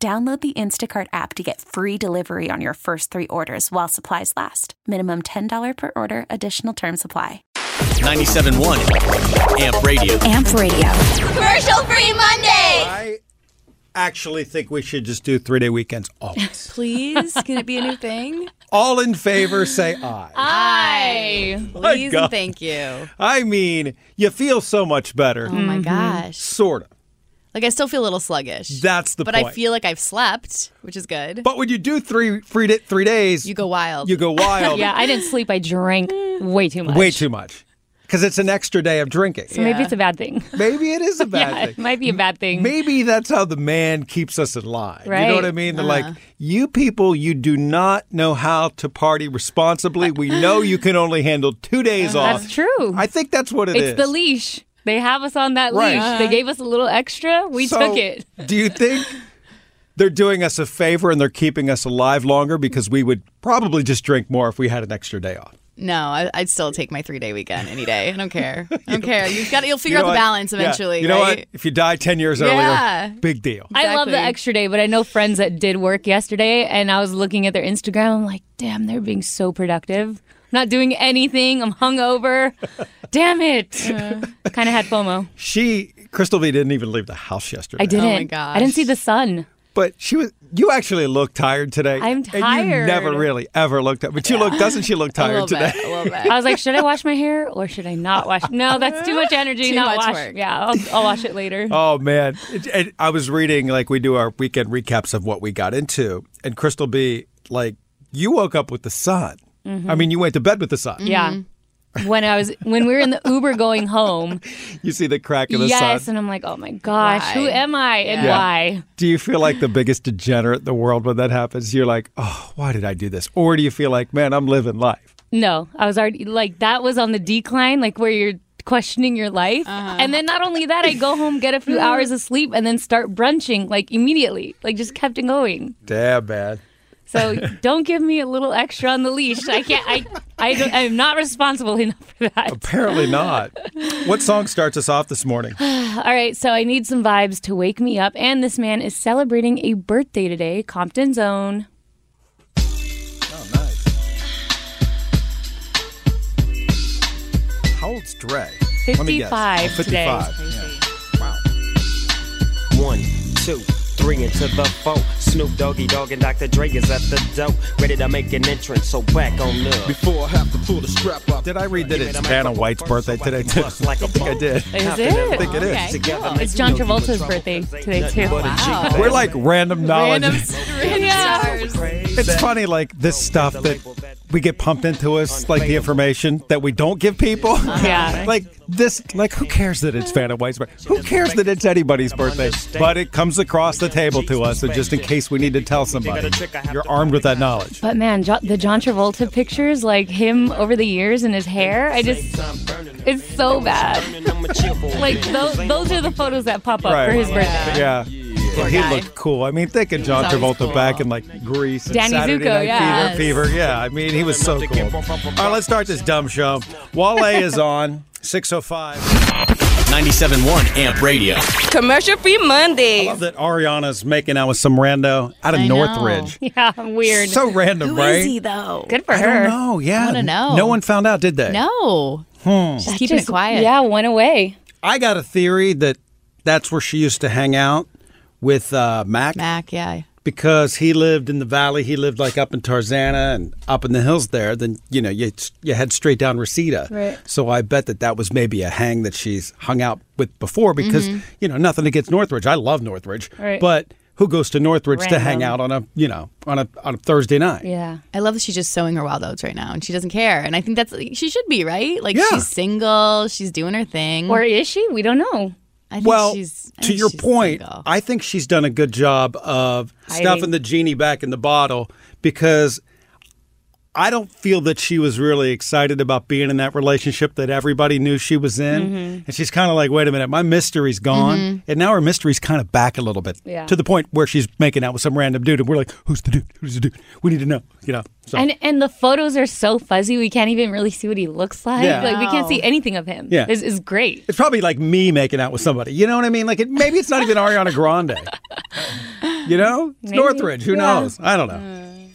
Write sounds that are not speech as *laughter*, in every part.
Download the Instacart app to get free delivery on your first three orders while supplies last. Minimum $10 per order, additional term supply. 97.1 Amp Radio. Amp Radio. Commercial free Monday. I actually think we should just do three day weekends always. *laughs* Please, can it be a new thing? All in favor, say aye. Hi. Please God. and thank you. I mean, you feel so much better. Oh my gosh. Sort of. Like I still feel a little sluggish. That's the but point. I feel like I've slept, which is good. But when you do three free di- three days, you go wild. you go *laughs* wild. Yeah, I didn't sleep. I drank way too much. way too much because it's an extra day of drinking. So maybe it's a bad thing. Maybe it *laughs* is a bad yeah, thing. it might be a bad thing. Maybe that's how the man keeps us in line. You know Right. Uh-huh. what I mean? They're like, you people, you do not know how to party responsibly. We know you can only handle two days off. That's true. I think that's what it it's is. the leash. They have us on that Right. leash. They gave us a little extra. We So, took it. *laughs* do you think they're doing us a favor and they're keeping us alive longer because we would probably just drink more if we had an extra day off? no, I, I'd still take my three day weekend any day. I don't *laughs* care. I don't care. You've got. You'll figure You out know the what? balance Yeah. eventually. You know right? what? If you die 10 years Yeah. earlier, big deal. I love the Exactly. extra day, but I know friends that did work yesterday, and I was looking at their Instagram. I'm like, damn, they're being so productive. I'm not doing anything. *laughs* I'm hungover. damn it. kind of had Oh FOMO. She, Crystal V, didn't even leave the house yesterday. I didn't. I gosh. didn't see the sun. But she was. You actually look tired today. I'm And you tired. never really ever looked up. But you look. Doesn't she *laughs* look A tired little today? bit. A little bit. I was like, should I wash my hair or should I not wash? No, that's too much energy. Too not much wash. work. Yeah, I'll, I'll wash it later. *laughs* Oh man! It- and I was reading like we do our weekend recaps of what we got into, and Crystal B, like you woke up with the sun. I mean, you went to bed with the sun. Mm-hmm. Yeah. Mm-hmm. When I was when we were in the Uber going home, You see the crack of the yes, sun. and I'm like, oh my gosh, who Why? am I and Yeah. why? Do you feel like the biggest degenerate in the world when that happens? You're like, oh, why did I do this? Or do you feel like, man, I'm living life? No, I was already like that was on the decline, like where you're questioning your life. Uh-huh. And then not only that, I go home, get *laughs* a few hours of sleep, and then start brunching like immediately, like just kept it going. Damn, man. So don't give me a little extra on the leash. I can't. I I don't, I'm not responsible *laughs* enough for that. Apparently *laughs* not. what song starts us off this morning? All right, so I need some vibes to wake me up, and this man is celebrating a birthday today, Compton's own. Oh, nice. How old's Dre? Let me guess. 55 today. 55. yeah. Wow. One, two, three into the four. Snoop Doggy Dogg and Dr. Dre is at the door. Ready to make an entrance, so back on up. Before I have to pull the strap out. Did I read that it's Vanna White's birthday today? too? *laughs* I think I did. Is it? think it *laughs* is. Okay, cool. It's John Travolta's birthday today, too. Wow. We're like random knowledge. Random, random stars. It's funny, like this stuff that we get pumped into us, like the information that we don't give people. *laughs* Yeah. *laughs* like this, like who cares that it's Vanna White's birthday? Who cares that it's anybody's birthday? But it comes across the table to us, and just in case we need to tell somebody, you're armed with that knowledge. But man, jo- the John Travolta pictures, like him over the years and his hair, I just, it's so bad. *laughs* Like, those, those are the photos that pop up Right. for his birthday. Yeah. And he guy. looked cool. I mean, think of John He's always Travolta cool. back in like Grease, and Danny Saturday Zuko, Night yes. Fever, Fever. Yeah, I mean, he was so cool. All right, let's start this dumb show. Wale is on six oh five. 97.1 Amp Radio. Commercial free Monday. Love that Ariana's making out with some rando out of I know. Northridge. *laughs* Yeah, weird. So random, Who right? is he though? Good for I don't her. know. Yeah, wanna know. no one found out, did they? No. Hmm. She's keeping Just- it quiet. Yeah, went away. I got a theory that that's where she used to hang out with uh, Mac, Mac, yeah. because he lived in the valley. He lived like up in Tarzana and up in the hills there. Then you know you you head straight down Reseda. Right. So I bet that that was maybe a hang that she's hung out with before because you know nothing against Northridge. I love Northridge, Right. but who goes to Northridge to hang out Random. on a you know on a on a Thursday night? Yeah. I love that she's just sowing her wild oats right now, and she doesn't care. And I think that's she should be right. Like Yeah. she's single, she's doing her thing. Or is she? We don't know. I think well, she's, I to think your she's point, single. I think she's done a good job of stuffing Hiding. the genie back in the bottle because I don't feel that she was really excited about being in that relationship that everybody knew she was in. Mm-hmm. And she's kind of like, wait a minute, my mystery's gone. And now her mystery's kind of back a little bit Yeah. to the point where she's making out with some random dude. And we're like, who's the dude? Who's the dude? We need to know, you know? So, And and the photos are so fuzzy. We can't even really see what he looks like. Yeah. Like we can't Wow. see anything of him. Yeah. is is great. it's probably like me making out with somebody. You know what I mean? Like, it, maybe it's not even Ariana Grande. You know? It's Northridge. Who knows? I don't know. Hmm.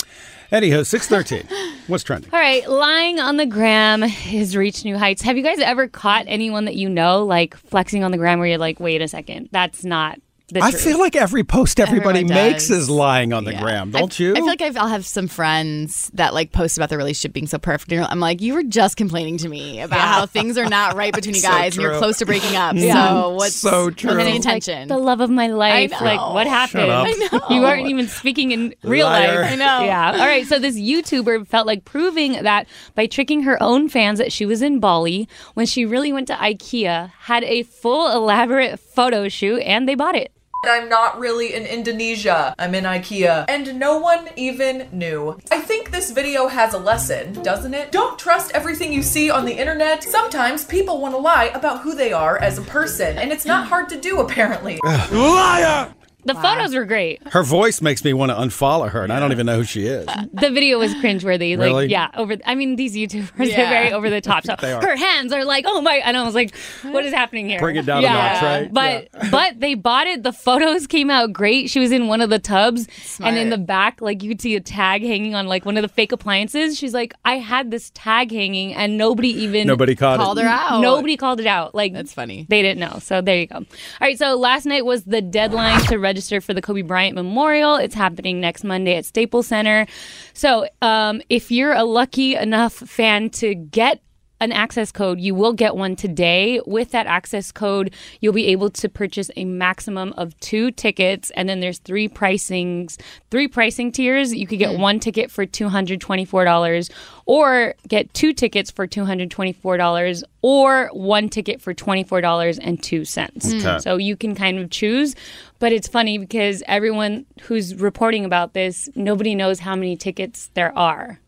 *laughs* Anyhow, 613. What's trending? All right, lying on the gram has reached new heights. Have you guys ever caught anyone that you know like flexing on the gram where you're like, wait a second, that's not the I truth? feel like every post everybody Everyone makes does. is lying on the Yeah. gram, I- don't you? I feel like I've, I'll have some friends that like post about their relationship being so perfect. And I'm like, you were just complaining to me about how things are not *laughs* right between you So guys, and true. you're close to breaking up. So what's So what's true. the It's like intention? the love of my life. I know. Like what happened? up. I know. You aren't even speaking in real Liar. life. I Oh. know. Yeah. All right. So this YouTuber felt like proving that by tricking her own fans that she was in Bali when she really went to IKEA, had a full elaborate photo shoot, and they bought it. I'm not really in Indonesia. I'm in IKEA. And no one even knew. I think this video has a lesson, doesn't it? Don't trust everything you see on the internet. Sometimes people want to lie about who they are as a person, and it's not hard to do, apparently. Liar! The photos were great. Her voice makes me want to unfollow her, and I don't even know who she is. Uh, The video was cringeworthy. Really? Like, yeah, over. I mean, these YouTubers are Yeah. very over the top. So are. her hands are like, oh my! And I was like, what is happening here? Bring it down a notch, right? But *laughs* but they bought it. The photos came out great. She was in one of the tubs, and in the back, like you could see a tag hanging on like one of the fake appliances. She's like, I had this tag hanging, and nobody even Nobody caught Called it. her out. Nobody called it out. Like That's funny. They didn't know. So there you go. All right. So last night was the deadline to register for the Kobe Bryant Memorial. It's happening next Monday at Staples Center. So um, if you're a lucky enough fan to get an access code, you will get one today. With that access code, you'll be able to purchase a maximum of two tickets, and then there's three pricings, three pricing tiers. You could Mm. get one ticket for two hundred twenty-four dollars, or get two tickets for two hundred twenty-four dollars, or one ticket for twenty-four dollars and two cents. Mm. So you can kind of choose. But it's funny because everyone who's reporting about this, nobody knows how many tickets there are.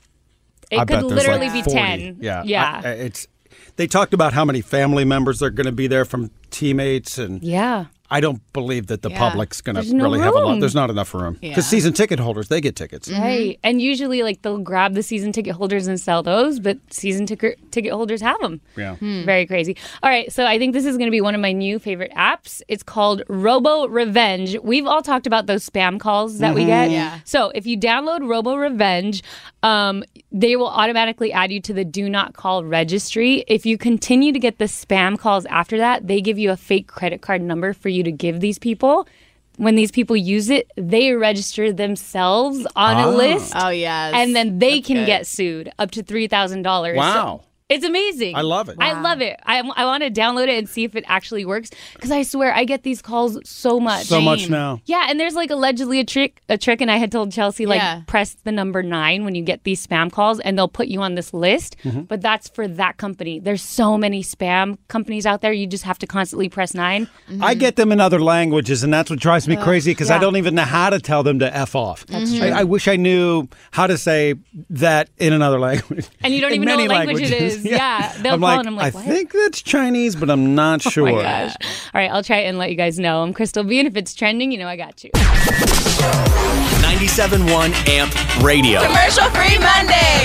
It I could bet there's like literally be 40. ten. Yeah. Yeah. I- I- it's, they talked about how many family members are going to be there from teammates, and yeah. I don't believe that the Yeah. public's going to There's no really have a lot. room. Mm. There's not enough room. Because Yeah. season ticket holders, they get tickets. Right. And usually, like, they'll grab the season ticket holders and sell those, but season ticket ticket holders have them. Yeah. Hmm. Very crazy. All right. So I think this is going to be one of my new favorite apps. It's called Robo Revenge. We've all talked about those spam calls that we get. Mm-hmm. Yeah. So if you download Robo Revenge, um, they will automatically add you to the do not call registry. If you continue to get the spam calls after that, they give you a fake credit card number for you to give these people. When these people use it, they register themselves on a list Oh yes. and then they can good. get sued up to three thousand dollars. Wow. it's amazing. I love it. I love it. I, I want to download it and see if it actually works because I swear I get these calls so much. So much now. yeah, and there's like allegedly a trick, a trick, and I had told Chelsea like Yeah. press the number nine when you get these spam calls, and they'll put you on this list. Mm-hmm. But that's for that company. There's so many spam companies out there. You just have to constantly press nine. I get them in other languages, and that's what drives me crazy because I Mm-hmm. yeah. don't even know how to tell them to f off. That's true. I, I wish I knew how to say that in another *laughs* language. And you don't In even know many what language it languages. *laughs* is. Yeah. They'll I'm call like, and I'm like, I "What?" think that's Chinese, but I'm not sure. *laughs* Oh my gosh. All right, I'll try it and let you guys know. I'm Crystal B, and if it's trending, you know I got you. 97.1 Amp Radio. Commercial free I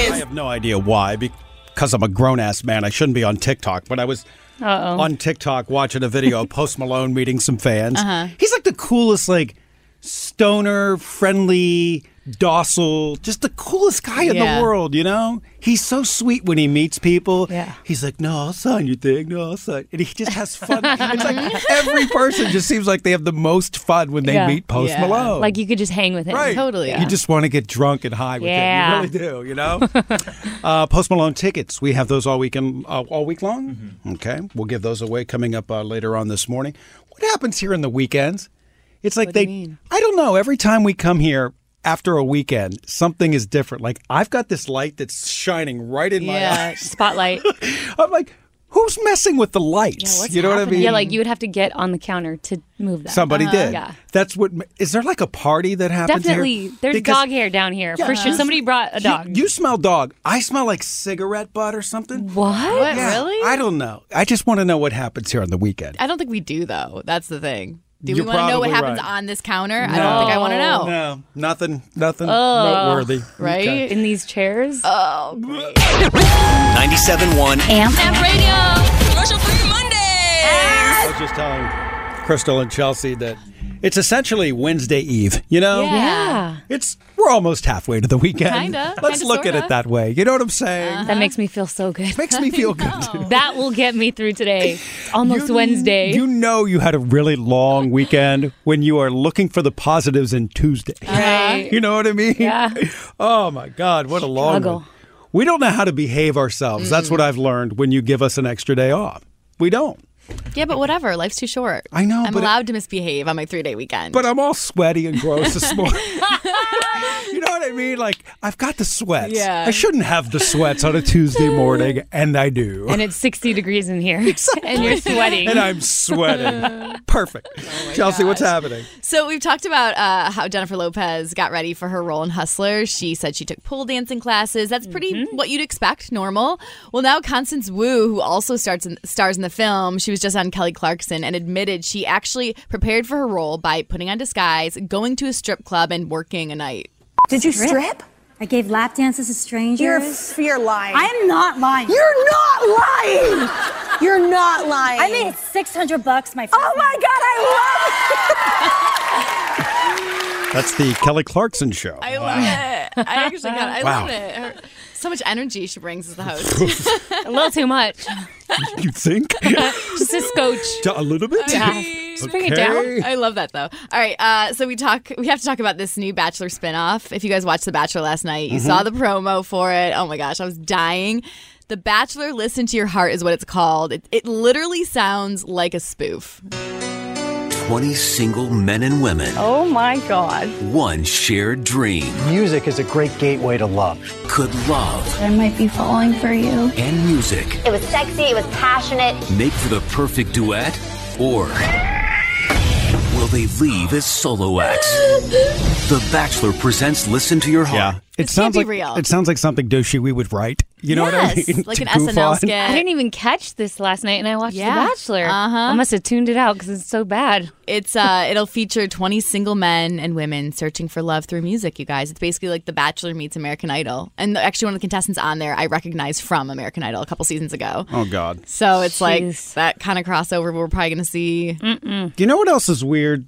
Mondays. have no idea why, because I'm a grown ass man. I shouldn't be on TikTok, but I was on TikTok watching a video of Post Malone meeting some fans. Uh-huh. He's like the coolest, like stoner, friendly, docile, just the coolest guy in Yeah. the world, you know? He's so sweet when he meets people. Yeah. He's like, no, I'll sign you thing. No, I'll sign. And he just has *laughs* fun. it's like every person just seems like they have the most fun when they Yeah. meet Post Yeah. Malone. Like you could just hang with him. Oh. Right. Totally. You just want to get drunk and high with Yeah. him. You really do. You *laughs* know. uh, Post Malone tickets. We have those all weekend, uh, all week long. Mm-hmm. Okay, we'll give those away coming up uh, later on this morning. What happens here in the weekends? It's like they. I don't know. Every time we come here. After a weekend, something is different. Like I've got this light that's shining right in my Yeah. eyes. Spotlight. I'm like, Who's messing with the lights? *laughs* what's you know what I mean? Yeah, like you would have to get on the counter to move that. Somebody did. yeah. That's what. ma- Is there like a party that happens Definitely. here? There's Because dog hair down here for sure. Somebody brought a you- dog. Uh, You, smell dog. I smell like cigarette butt or something. what? What, really? I don't know. I just want to know what happens here on the weekend. I don't think we do though. That's the thing. Do You're we want to know what probably happens right. on this counter? I don't think I want to know. No, nothing, nothing noteworthy. Oh. Right? Okay. In these chairs? 97.1 Commercial free Mondays. I was just telling Crystal and Chelsea that it's essentially Wednesday Eve. You know, yeah. it's we're almost halfway to the weekend. Kinda, Let's kinda, look at sorta. Uh-huh. it that way. You know what I'm saying? That makes me feel so good. Makes me *laughs* feel good. *laughs* That will get me through today. It's almost Wednesday. You know you had a really long weekend when you are looking for the positives in Tuesday. Uh-huh. Right. You know what I mean? Yeah. *laughs* Oh my God, what a long Struggle. Mm. one. We don't know how to behave ourselves. That's what I've learned when you give us an extra day off. We don't. Yeah, but whatever. Life's too short. I know, I'm but it- allowed to misbehave on my three day weekend. But I'm all sweaty and gross this *laughs* morning. *laughs* you know what I mean? Like, I've got the sweats. Yeah. I shouldn't have the sweats on a *laughs* Tuesday morning, and I do. and it's 60 degrees in here. *laughs* And you're *laughs* sweating. And I'm sweating. *laughs* Perfect. Oh, Chelsea, what's happening? So we've talked about uh, how Jennifer Lopez got ready for her role in Hustler. She said she took pole dancing classes. That's pretty what you'd expect, normal. Well, now Constance Wu, who also starts in, stars in the film, she was just on Kelly Clarkson and admitted she actually prepared for her role by putting on disguise, going to a strip club, and working a night. Did you strip? I gave lap dances to strangers. You're, f- you're lying. I'm not lying. You're not lying. You're not lying. I made 600 bucks my first Oh my night. God, I love it. That's the Kelly Clarkson show. I love it. *laughs* I actually got. I Wow. love it. Her- so much energy she brings as the host. a little too much. you think? Just a scotch. *laughs* a little bit? *laughs* Yeah. Just bring it down. Okay. *laughs* I love that though. All right, uh, so we talk. We have to talk about this new Bachelor spinoff. If you guys watched The Bachelor last night, you saw the promo for it. Oh my gosh, I was dying. The Bachelor, listen to your heart is what it's called. It, it literally sounds like a spoof. 20 single men and women. Oh my God. One shared dream. Music is a great gateway to love. Could love I might be falling for you. and music It was sexy, it was passionate. make for the perfect duet? Or will they leave as solo acts? The Bachelor presents Listen to Your Heart. Yeah. It This can't sounds be like real. it sounds like something Doshi we would write. You know yes, what I mean? *laughs* like To an goof SNL on. skit. I didn't even catch this last night, and I watched Yeah. The Bachelor. Uh-huh. I must have tuned it out because it's so bad. It's uh, it'll feature 20 single men and women searching for love through music. You guys, it's basically like The Bachelor meets American Idol. And actually, one of the contestants on there I recognize from American Idol a couple seasons ago. Oh God. So it's Jeez. like that kind of crossover we're probably going to see. You know what else is weird?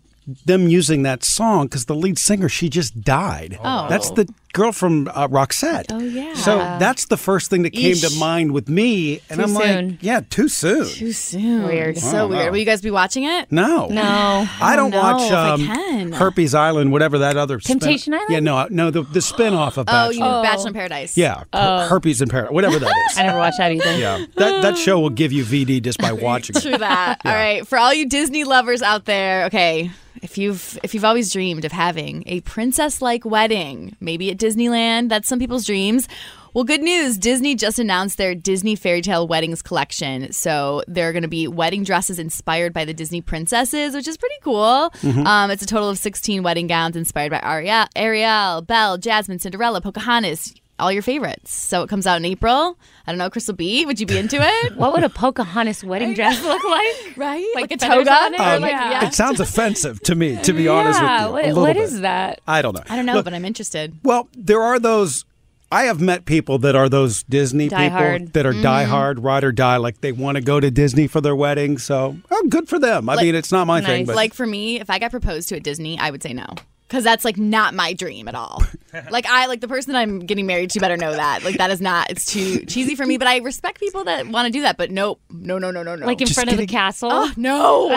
Them using that song because the lead singer she just died. Oh. that's the girl from uh, Roxette. Oh yeah. So that's the first thing that came to Eesh. mind with me, and Too I'm soon. like, yeah, too soon. Too soon. Weird. So weird. Will you guys be watching it? no, No. I don't know watch if I um, can. Herpes Island, whatever that other spin- Temptation Island? Yeah, no, no, the the spin off of Oh, Bachelor. you mean Bachelor in Paradise? Yeah, her- herpes in Paradise, whatever that is. *laughs* I never watched that either. Yeah, that that show will give you VD just by watching it. True that. All right, for all you Disney lovers out there, okay, if you've if you've always dreamed of having a princess-like wedding, maybe at Disneyland, that's some people's dreams. Well, good news. Disney just announced their Disney Fairy Tale Weddings collection. So there are going to be wedding dresses inspired by the Disney princesses, which is pretty cool. Um, it's a total of 16 wedding gowns inspired by Ariel, Ariel, Belle, Jasmine, Cinderella, Pocahontas, all your favorites. So it comes out in April. I don't know, Crystal B, would you be into it? What would a Pocahontas wedding dress look *laughs* like? Right? Like, a feathers toga? on it? Or Um, like, yeah. It sounds offensive to me, to be honest with you. Yeah, a what- little what bit. is that? I don't know. I don't know, Look, but I'm interested. well, there are those. I have met people that are those Disney Die people hard. that are diehard, ride or die. Like they want to go to Disney for their wedding. So, oh, good for them. I Like- mean, it's not my thing, Nice. but Like for me, if I got proposed to at Disney, I would say no. Cause that's like not my dream *laughs* at all. like I like the person that I'm getting married to better know that. Like that is not it's too cheesy for me. But I respect people that want to do that. But nope, no, no, no, no, no. Like in Just front of the kidding. castle? oh, *laughs* no,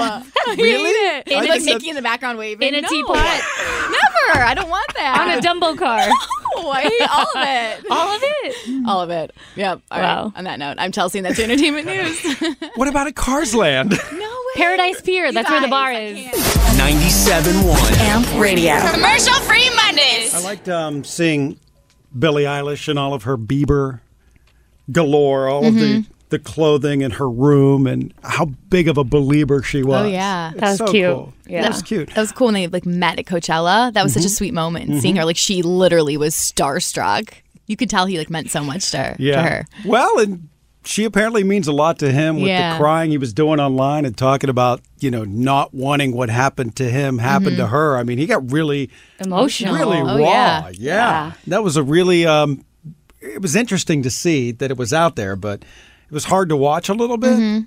really? In And a- like Mickey in the background waving in a No. teapot. Never. I don't want that. on a Dumbo *laughs* car. no, *laughs* I hate all of *laughs* it. All of it. All of it. Yep. All right. Wow. On that note, I'm Chelsea, and that's *laughs* your entertainment news. what about at Cars Land? *laughs* no way. Paradise Pier. That's where the bar is. 97.1. Radio. Commercial free Mondays. I liked um, Mm-hmm. seeing Billie Eilish and all of her Bieber galore, all of the the clothing in her room and how big of a believer she was. Oh yeah, It's so cool. It was cute. That was cool when they like met at Coachella. That was such a sweet moment. Seeing Mhm. her, like she literally was starstruck. You could tell he like meant so much to her. Yeah. To her. Well, and she apparently means a lot to him with Yeah. the crying he was doing online and talking about, you know, not wanting what happened to him happened to Mhm. her. I mean, he got really Emotional. Really Oh, raw. yeah. Yeah. Yeah. That was a really um it was interesting to see that it was out there, but it was hard to watch a little bit.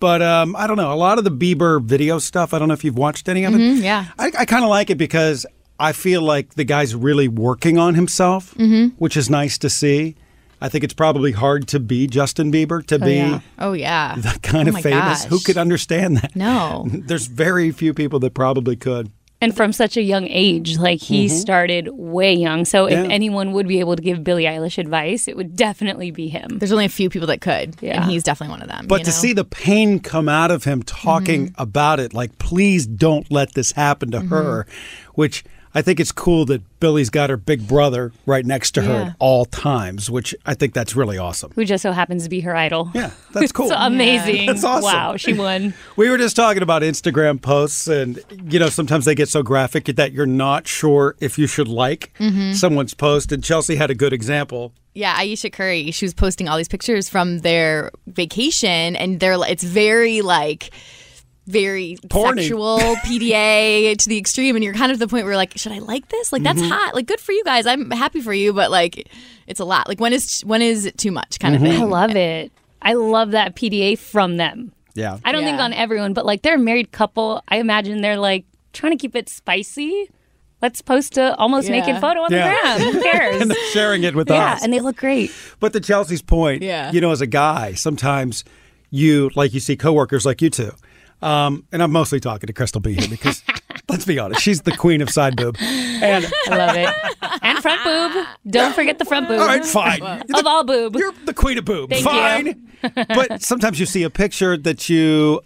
But um, I don't know. A lot of the Bieber video stuff, I don't know if you've watched any of it. Mhm, yeah. I, I kind of like it because I feel like the guy's really working on himself, Mhm. which is nice to see. I think it's probably hard to be Justin Bieber, to be yeah. Oh yeah. that kind Oh, of my famous. gosh. Who could understand that? No. *laughs* There's very few people that probably could. And from such a young age, like he Mhm. started way young. So Yeah. if anyone would be able to give Billie Eilish advice, it would definitely be him. There's only a few people that could, yeah. and he's definitely one of them. But you to know? see the pain come out of him talking Mm-hmm. about it, like, please don't let this happen to her, Mm-hmm. which I think it's cool that Billy's got her big brother right next to her Yeah. at all times, which I think that's really awesome. who just so happens to be her idol. Yeah, that's cool. it's amazing. That's awesome. Wow, she won. We were just talking about Instagram posts, and you know, sometimes they get so graphic that you're not sure if you should like Mm-hmm. Mhm. someone's post. And Chelsea had a good example. Yeah, Aisha Curry. She was posting all these pictures from their vacation, and they're li- it's very like very Porny. sexual *laughs* PDA to the extreme, and you're kind of to the point where you're like, should I like this? Like Mm-hmm. that's Mhm. hot. Like good for you guys. I'm happy for you, but like it's a lot. Like when is when is it too much? Kind of I thing. love it. I love that PDA from them. Yeah. I don't think on everyone, but like they're a married couple. I imagine they're like trying to keep it spicy. Let's post a almost Yeah. naked photo on Yeah. the gram. Who *laughs* cares? and they're sharing it with yeah, us. and they look great. But to Chelsea's point, Yeah. you know, as a guy, sometimes you like you see coworkers like you two. Um, and I'm mostly talking to Crystal B here because let's be honest, she's the queen of side boob. And *laughs* I love it. And front boob. Don't forget the front boob. All right, fine. of all boob. You're the queen of boob. Thank fine. You. but sometimes you see a picture that you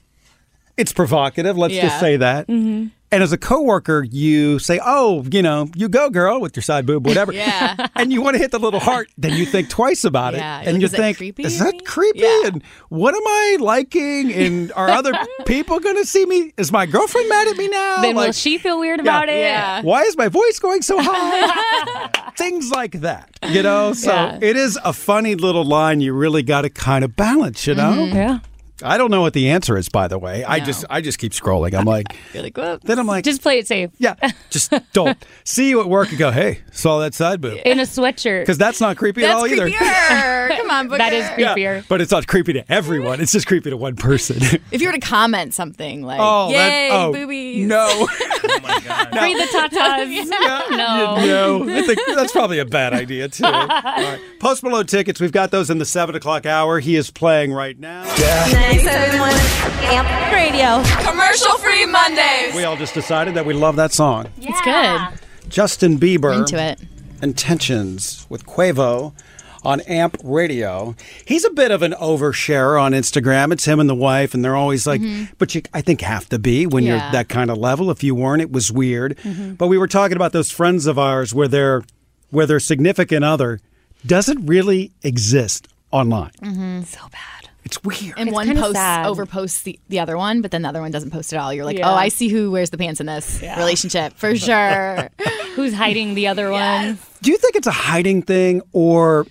it's provocative, let's Yeah. just say that. Mhm. And as a coworker, you say, "Oh, you know, you go, girl, with your side boob, whatever." yeah. And you want to hit the little heart, then you think twice about it, Yeah, you're and like, you "Is that think, creepy "Is of that creepy?" And what am I liking? And are other people going to see me? Is my girlfriend mad at me now? Then will Like, she feel weird yeah. about it? Yeah. Why is my voice going so *laughs* high? Things like that, you know. So Yeah. it is a funny little line. You really got to kind of balance, you know. Mhm. Yeah. I don't know what the answer is, by the way. I just I just keep scrolling. I'm like, then I'm like, Just play it safe. Yeah. just *laughs* don't see you at work and go, hey, saw that side boob In *laughs* a sweatshirt. because that's Mm-hmm. not creepy at all either. *laughs* Come on, That is Booker. creepier. Yeah, but it's not creepy to everyone. It's just creepy to one *laughs* person. If you were to comment something like, *laughs* Oh, that- "Yay, oh, boobies!" *laughs* no. Free the tatas. *laughs* No. no, I think that's probably a bad idea too. All right. Post Malone tickets. We've got those in the seven o'clock hour. He is playing right now. Amp Radio. Commercial free Mondays. We all just decided that we love that song. It's good. Justin Bieber. Into it. Intentions with Quavo on Amp Radio. He's a bit of an oversharer on Instagram. It's him and the wife, and they're always like, Mhm. but you, I think, have to be when Yeah. you're that kind of level. If you weren't, it was weird. But we were talking about those friends of ours where their where their significant other doesn't really exist online. Mm-hmm. So bad. It's weird. And It's one kinda posts sad. over posts the, the other one, but then the other one doesn't post at all. You're like, Yeah. oh, I see who wears the pants in this relationship for *laughs* sure. Who's hiding the other one? Do you think it's a hiding thing or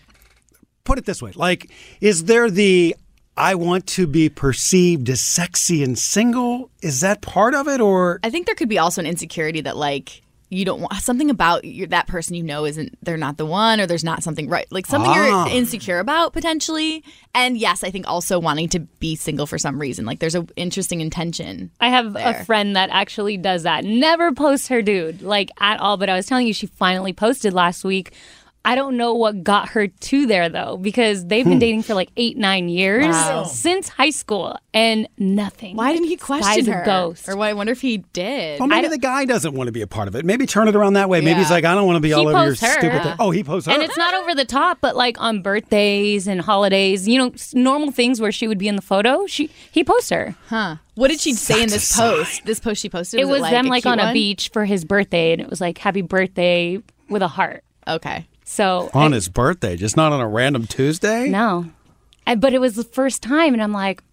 put it this way, like is there the I want to be perceived as sexy and single? Is that part of it or I think there could be also an insecurity that like you don't want something about your, that person you know isn't they're not the one or there's not something right like something Ah. you're insecure about potentially. And yes, I think also wanting to be single for some reason. Like there's an interesting intention. I have a There. friend that actually does that. Never posts her dude, like at all. But I was telling you, she finally posted last week. I don't know what got her to there though, because they've been Hmm. dating for like eight, nine years Wow. since high school and nothing. Why didn't he Guy's question a her. ghost. Or what I wonder if he did. Well, maybe the guy doesn't want to be a part of it. Maybe turn it around that way. Maybe he's Yeah. like, I don't want to be He all over your posed her. stupid thing. Oh, he posed her. And it's not over the top, but like on birthdays and holidays, you know, s- normal things where she would be in the photo, she he posts her. Huh. What did she say in this post? This post she posted. It was like them a like cute on a one? beach for his birthday, and it was like happy birthday with a heart. Okay. So *laughs* on his birthday, just not on a random Tuesday. No. I- but it was the first time, and I'm like,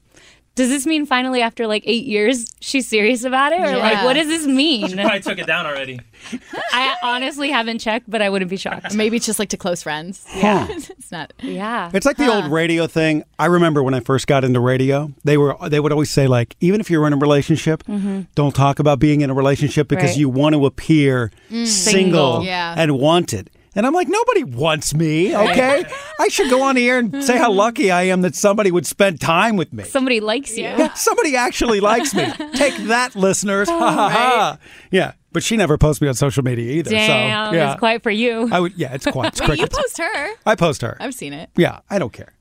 does this mean finally after like eight years she's serious about it, or like Yeah. what does this She mean? probably took it down already. *laughs* I honestly haven't checked, but I wouldn't be shocked. Maybe it's just like to close friends. Yeah. *laughs* it's not. Yeah. It's like the old radio thing. I remember when I first got into radio, they were they would always say like, even if you're in a relationship, Mhm. don't talk about being in a relationship because Right. you want to appear Mm. single Single. Yeah. and wanted. And I'm like, nobody wants me. Right. Mm-hmm. Okay, I should go on here and say how lucky I am that somebody would spend time with me. Somebody likes you. Yeah, somebody actually likes *laughs* me. Take that, listeners. Ha ha ha. Yeah, but she never posts me on social media either. Damn, so yeah, it's quite for you. I would. Yeah, it's quiet. *laughs* It's Wait, you crickets. post her. I post her. I've seen it. Yeah, I don't care.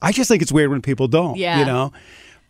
I just think it's weird when people don't. Yeah. You know?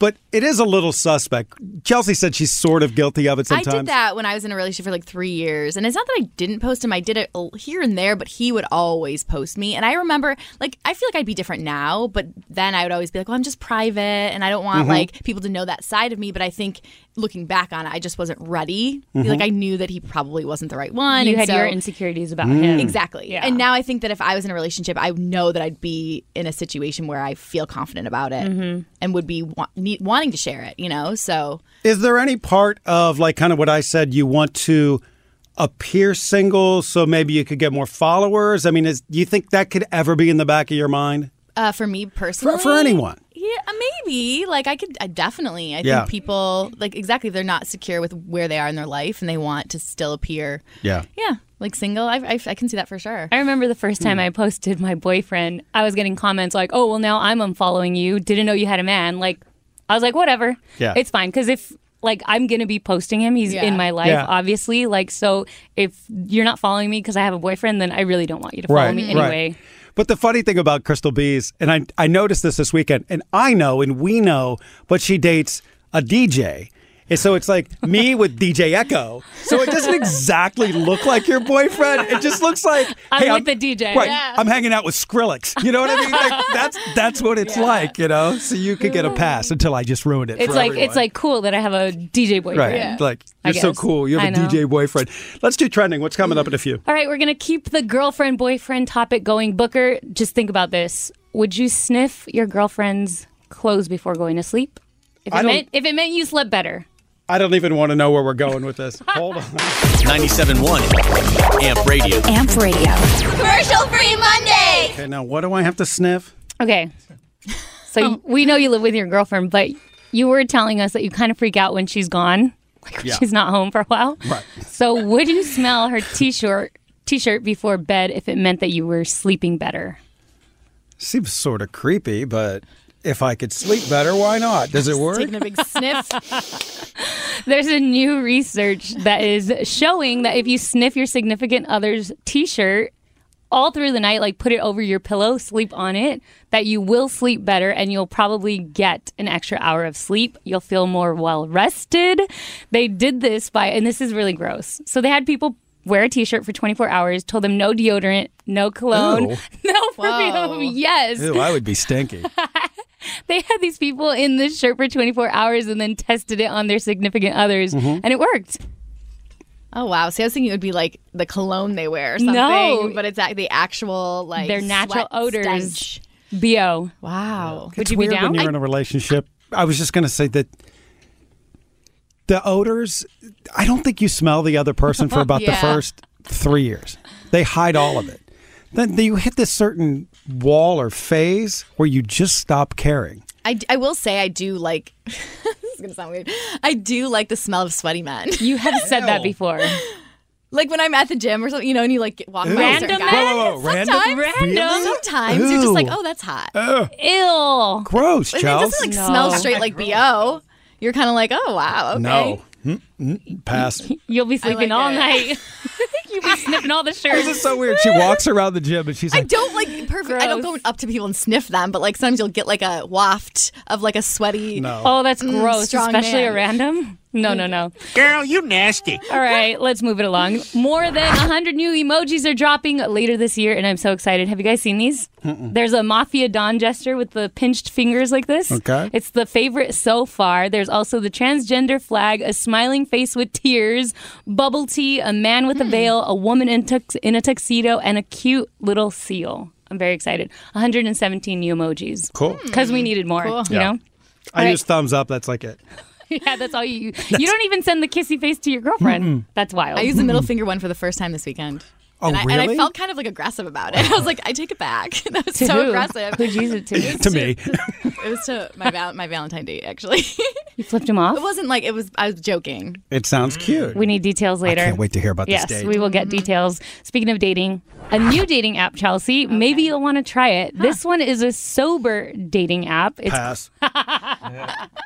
But it is a little suspect. Chelsea said she's sort of guilty of it sometimes. I did that when I was in a relationship for like three years, and it's not that I didn't post him. I did it l- here and there, but he would always post me, and I remember like I feel like I'd be different now, but then I would always be like, "Well, I'm just private, and I don't want Mm-hmm. Mhm. like people to know that side of me." But I think looking back on it, I just wasn't ready. Mm-hmm. Mhm. Like I knew that he probably wasn't the right one. You and had so- your insecurities about Mm. him. Exactly. Yeah. And now I think that if I was in a relationship, I know that I'd be in a situation where I feel confident about it Mhm. and would be wa- need, wanting to share it, you know? So, Is there any part of like kind of what I said you want to appear single so maybe you could get more followers? I mean, is do you think that could ever be in the back of your mind? uh, for me For, personally, for anyone. Yeah, uh, maybe. Like I could I definitely. I Yeah. think people like exactly they're not secure with where they are in their life and they want to still appear. Yeah. Yeah, like single. I I, I can see that for sure. I remember the first Hmm. time I posted my boyfriend, I was getting comments like, "Oh, well now I'm unfollowing you. Didn't know you had a man." Like I was like, "Whatever. Yeah. It's fine cuz if like I'm going to be posting him, he's Yeah. in my life Yeah. obviously. Like so if you're not following me cuz I have a boyfriend, then I really don't want you to follow me anyway." But the funny thing about Crystal Bees, and I, I noticed this this weekend, and I know and we know, but she dates a DJ. And so it's like *laughs* me with DJ Echo. So it doesn't exactly look like your boyfriend. It just looks like I'm hey, with the DJ. Right, Yeah. I'm hanging out with Skrillex. You know what I mean? Like, that's that's what it's like. You know. So you could get a *sighs* pass until I just ruined it. It's for like everyone. it's like cool that I have a DJ boyfriend. right, like I you're so guess. cool. You I have a know. DJ boyfriend. Let's do trending. What's coming up in a few? All right, we're going to keep the girlfriend boyfriend topic going. Booker, just think about this. Would you sniff your girlfriend's clothes before going to sleep? If I it don't- meant if it meant you slept better. I don't even want to know where we're going with *laughs* this. Hold on. 97.1 Amp Radio. Amp Radio. Commercial free Monday. Okay, now what do I have to sniff? Okay. So Oh. you- we know you live with your girlfriend, but you were telling us that you kind of freak out when she's gone, *laughs* like when Yeah. she's not home for a while. Right. So would you smell her t-shirt t-shirt before bed if it meant that you were sleeping better? Seems sort of creepy, but if I could sleep better, why not? Does it work? Taking a *laughs* big sniff. There's a new research that is showing that if you sniff your significant other's t shirt all through the night, like put it over your pillow, sleep on it, that you will sleep better and you'll probably get an extra hour of sleep. You'll feel more well rested. They did this by, and this is really gross. So they had people wear a t shirt for 24 hours, told them no deodorant, no cologne, Ew. *laughs* no perfume. Yes Ew, I would be stinky. they had these people in this shirt for 24 hours and then tested it on their significant others, Mhm. and it worked. Oh wow! See, I was thinking it would be like the cologne they wear or something, No. but it's ac- the actual like Their natural sweat odors. stench. Bo, wow, would you be down? When you're in a relationship, I was just going to say that the odors, I don't think you smell the other person for about the Yeah. first three years. They hide all of it. Then you hit this certain wall or phase where you just stop caring. I, I will say I do like. *laughs* this is gonna sound weird. I do like the smell of sweaty men. *laughs* You have said that before. Like when I'm at the gym or something, you know, and you like get- walk by Ew. a certain Random guy. men? Whoa, whoa, whoa, random? Sometimes, Really? sometimes you're just like, Ew. oh, that's hot. Ew. Gross, It doesn't Chels. like smell straight like bo. You're kind of like, oh wow, okay. No. Mm, mm, Pass. You'll be sleeping all *laughs* night. *laughs* You'll be sniffing all the shirts. This is so weird. She walks around the gym and she's I like, don't like perfect. I don't go up to people and sniff them, but like sometimes you'll get like a waft of like a sweaty. No. Oh, that's mm, gross, strong especially man. a random. No, no, no. Girl, you nasty. All right, let's move it along. More than 100 new emojis are dropping later this year, and I'm so excited. Have you guys seen these? Mm-mm. There's a Mafia Don gesture with the pinched fingers like this. Okay. It's the favorite so far. There's also the transgender flag, a smiling face with tears, bubble tea, a man with a veil, a woman in, tux- in a tuxedo, and a cute little seal. I'm very excited. 117 new emojis. Cool. Because we needed more, Cool. you Yeah. know? I All right. use thumbs up. That's like it. *laughs* yeah, that's all you. You don't even send the kissy face to your girlfriend. Mm-mm. That's wild. I used the middle finger one for the first time this weekend. Oh, and I, And I really? felt kind of like aggressive about it. *laughs* I was like, I take it back. *laughs* That was To so who? aggressive. Who'd you use *laughs* it to? *laughs* to me. It was to my val- my Valentine date actually. *laughs* you flipped him off. It wasn't like it was. I was joking. It sounds cute. We need details later. can't wait to hear about this yes, date. we will Mm-hmm. get details. Speaking of dating, a new dating app, Chelsea. Maybe you'll want to try it. This one is a sober dating app. It's Pass.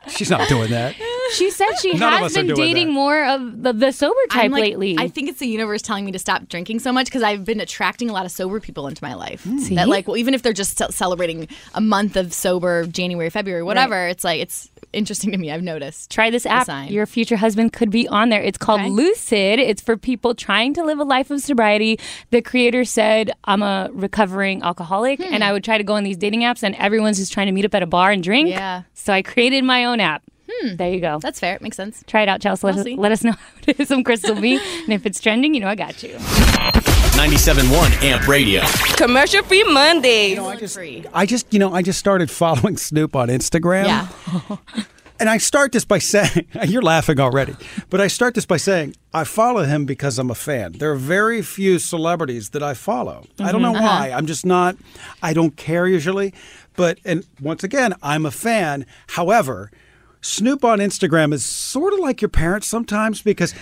She's not doing that. She said she *laughs* None of has us are been doing dating that. more of the, the sober type I'm like- lately. I think it's the universe telling me to stop drinking so much because I've been attracting a lot of sober people into my life. Hmm. See? That like, well, even if they're just ce- celebrating a month of sober, January, February, whatever, it's like it's interesting to me. I've noticed. Try this app. sign. Your future husband could be on there. It's called Lucid. It's for people trying to live a life of sobriety. The creator said, I'm a recovering alcoholic, Hmm. and I would try to go on these dating apps, and everyone's just trying to meet up at a bar and drink. Yeah. Hmm. So I created my own app. There you go. That's fair. It makes sense. Try it out, Chelsea. Let, I'll us, see. let us know *laughs* how it is. I'm Crystal B. and if it's trending, you know I got you. 97.1 Amp Radio. Commercial free Monday. I just, you know, I just started following Snoop on Instagram. Yeah. and I start this by saying, *laughs* you're laughing already, but I start this by saying, I follow him because I'm a fan. There are very few celebrities that I follow. I don't Mhm. know Mm-hmm. Uh-huh. why. I'm just not, I don't care usually. But, and once again, I'm a fan. However, Snoop on Instagram is sort of like your parents sometimes because.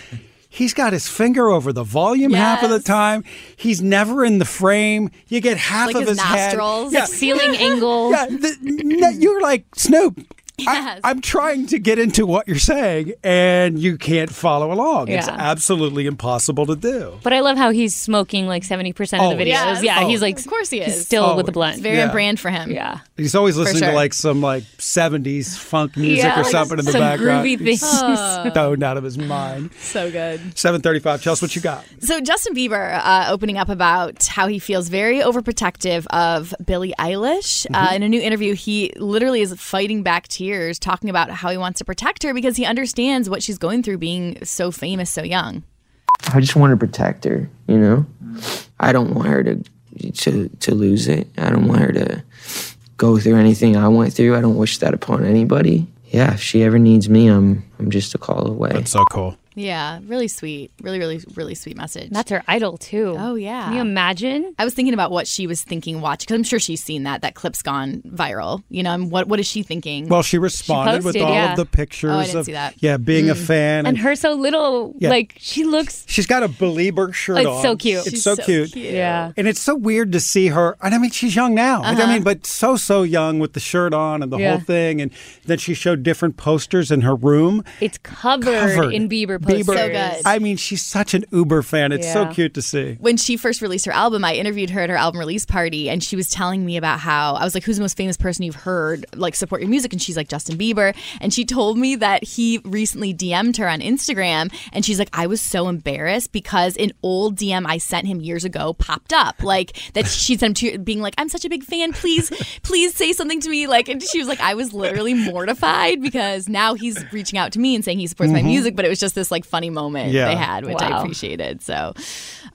He's got his finger over the volume half of the time. He's never in the frame. You get half Like of his his, head. nostrils. Yeah. Like *laughs* ceiling angles. Yeah, the- n- you're like Snoop. Oh. Yes. I, am trying to get into what you're saying, and you can't follow along. It's Yeah. absolutely impossible to do. But I love how he's smoking like 70% of the Always. videos. Yes. Yeah, he's Always. like, Of course he he's is. still with the Always. blunt. It's very Yeah. on brand for him. Yeah. He's always For listening sure. to like some like '70s funk music Yeah, or like something in the some background. groovy He's things. stoned out of his mind. So good. 7:35. Chelsea, what you got? So Justin Bieber uh, opening up about how he feels very overprotective of Billie Eilish. Uh, Mm-hmm. Mhm. in a new interview, he literally is fighting back tears, talking about how he wants to protect her because he understands what she's going through being so famous so young. I just want to protect her, you know? I don't want her to to to lose it. I don't want her to go through anything I went through. I don't wish that upon anybody. Yeah, if she ever needs me, I'm I'm just a call away. That's so cool. Yeah, really sweet. Really, really, really sweet message. *laughs* That's her idol too. Oh yeah. Can you imagine? I was thinking about what she was thinking watching because I'm sure she's seen that. That clip's gone viral. You know, and what what is she thinking? Well, she responded with posted, all yeah. of the pictures Oh, I didn't of see that. Mm. yeah, being a fan, And her so little, Yeah. like she looks. She's got a believer Oh, shirt it's on. so cute. It's so, cute. Yeah. And it's so weird to see her. And I mean, she's young now. Like, Uh-huh. I mean, but so, so young with the shirt on and the Yeah. whole thing. And then she showed different posters in her room. It's covered, Covered. in Bieber posters. I mean, she's such an Uber fan. It's Yeah. so cute to see. when she first released her album, I interviewed her at her album release party, and she was telling me about how I was like, "Who's the most famous person you've heard like support your music?" And she's like, "Justin Bieber." And she told me that he recently DM'd her on Instagram, and she's like, "I was so embarrassed because an old DM I sent him years ago popped up, like that she sent him to being like, "I'm such a big fan, please, *laughs* please say something to me." Like, and she was like, "I was literally mortified because now he's reaching out to me and saying he supports Mhm. my music," but it was just this like funny moment Yeah. they had, which I Wow. appreciate appreciated. So,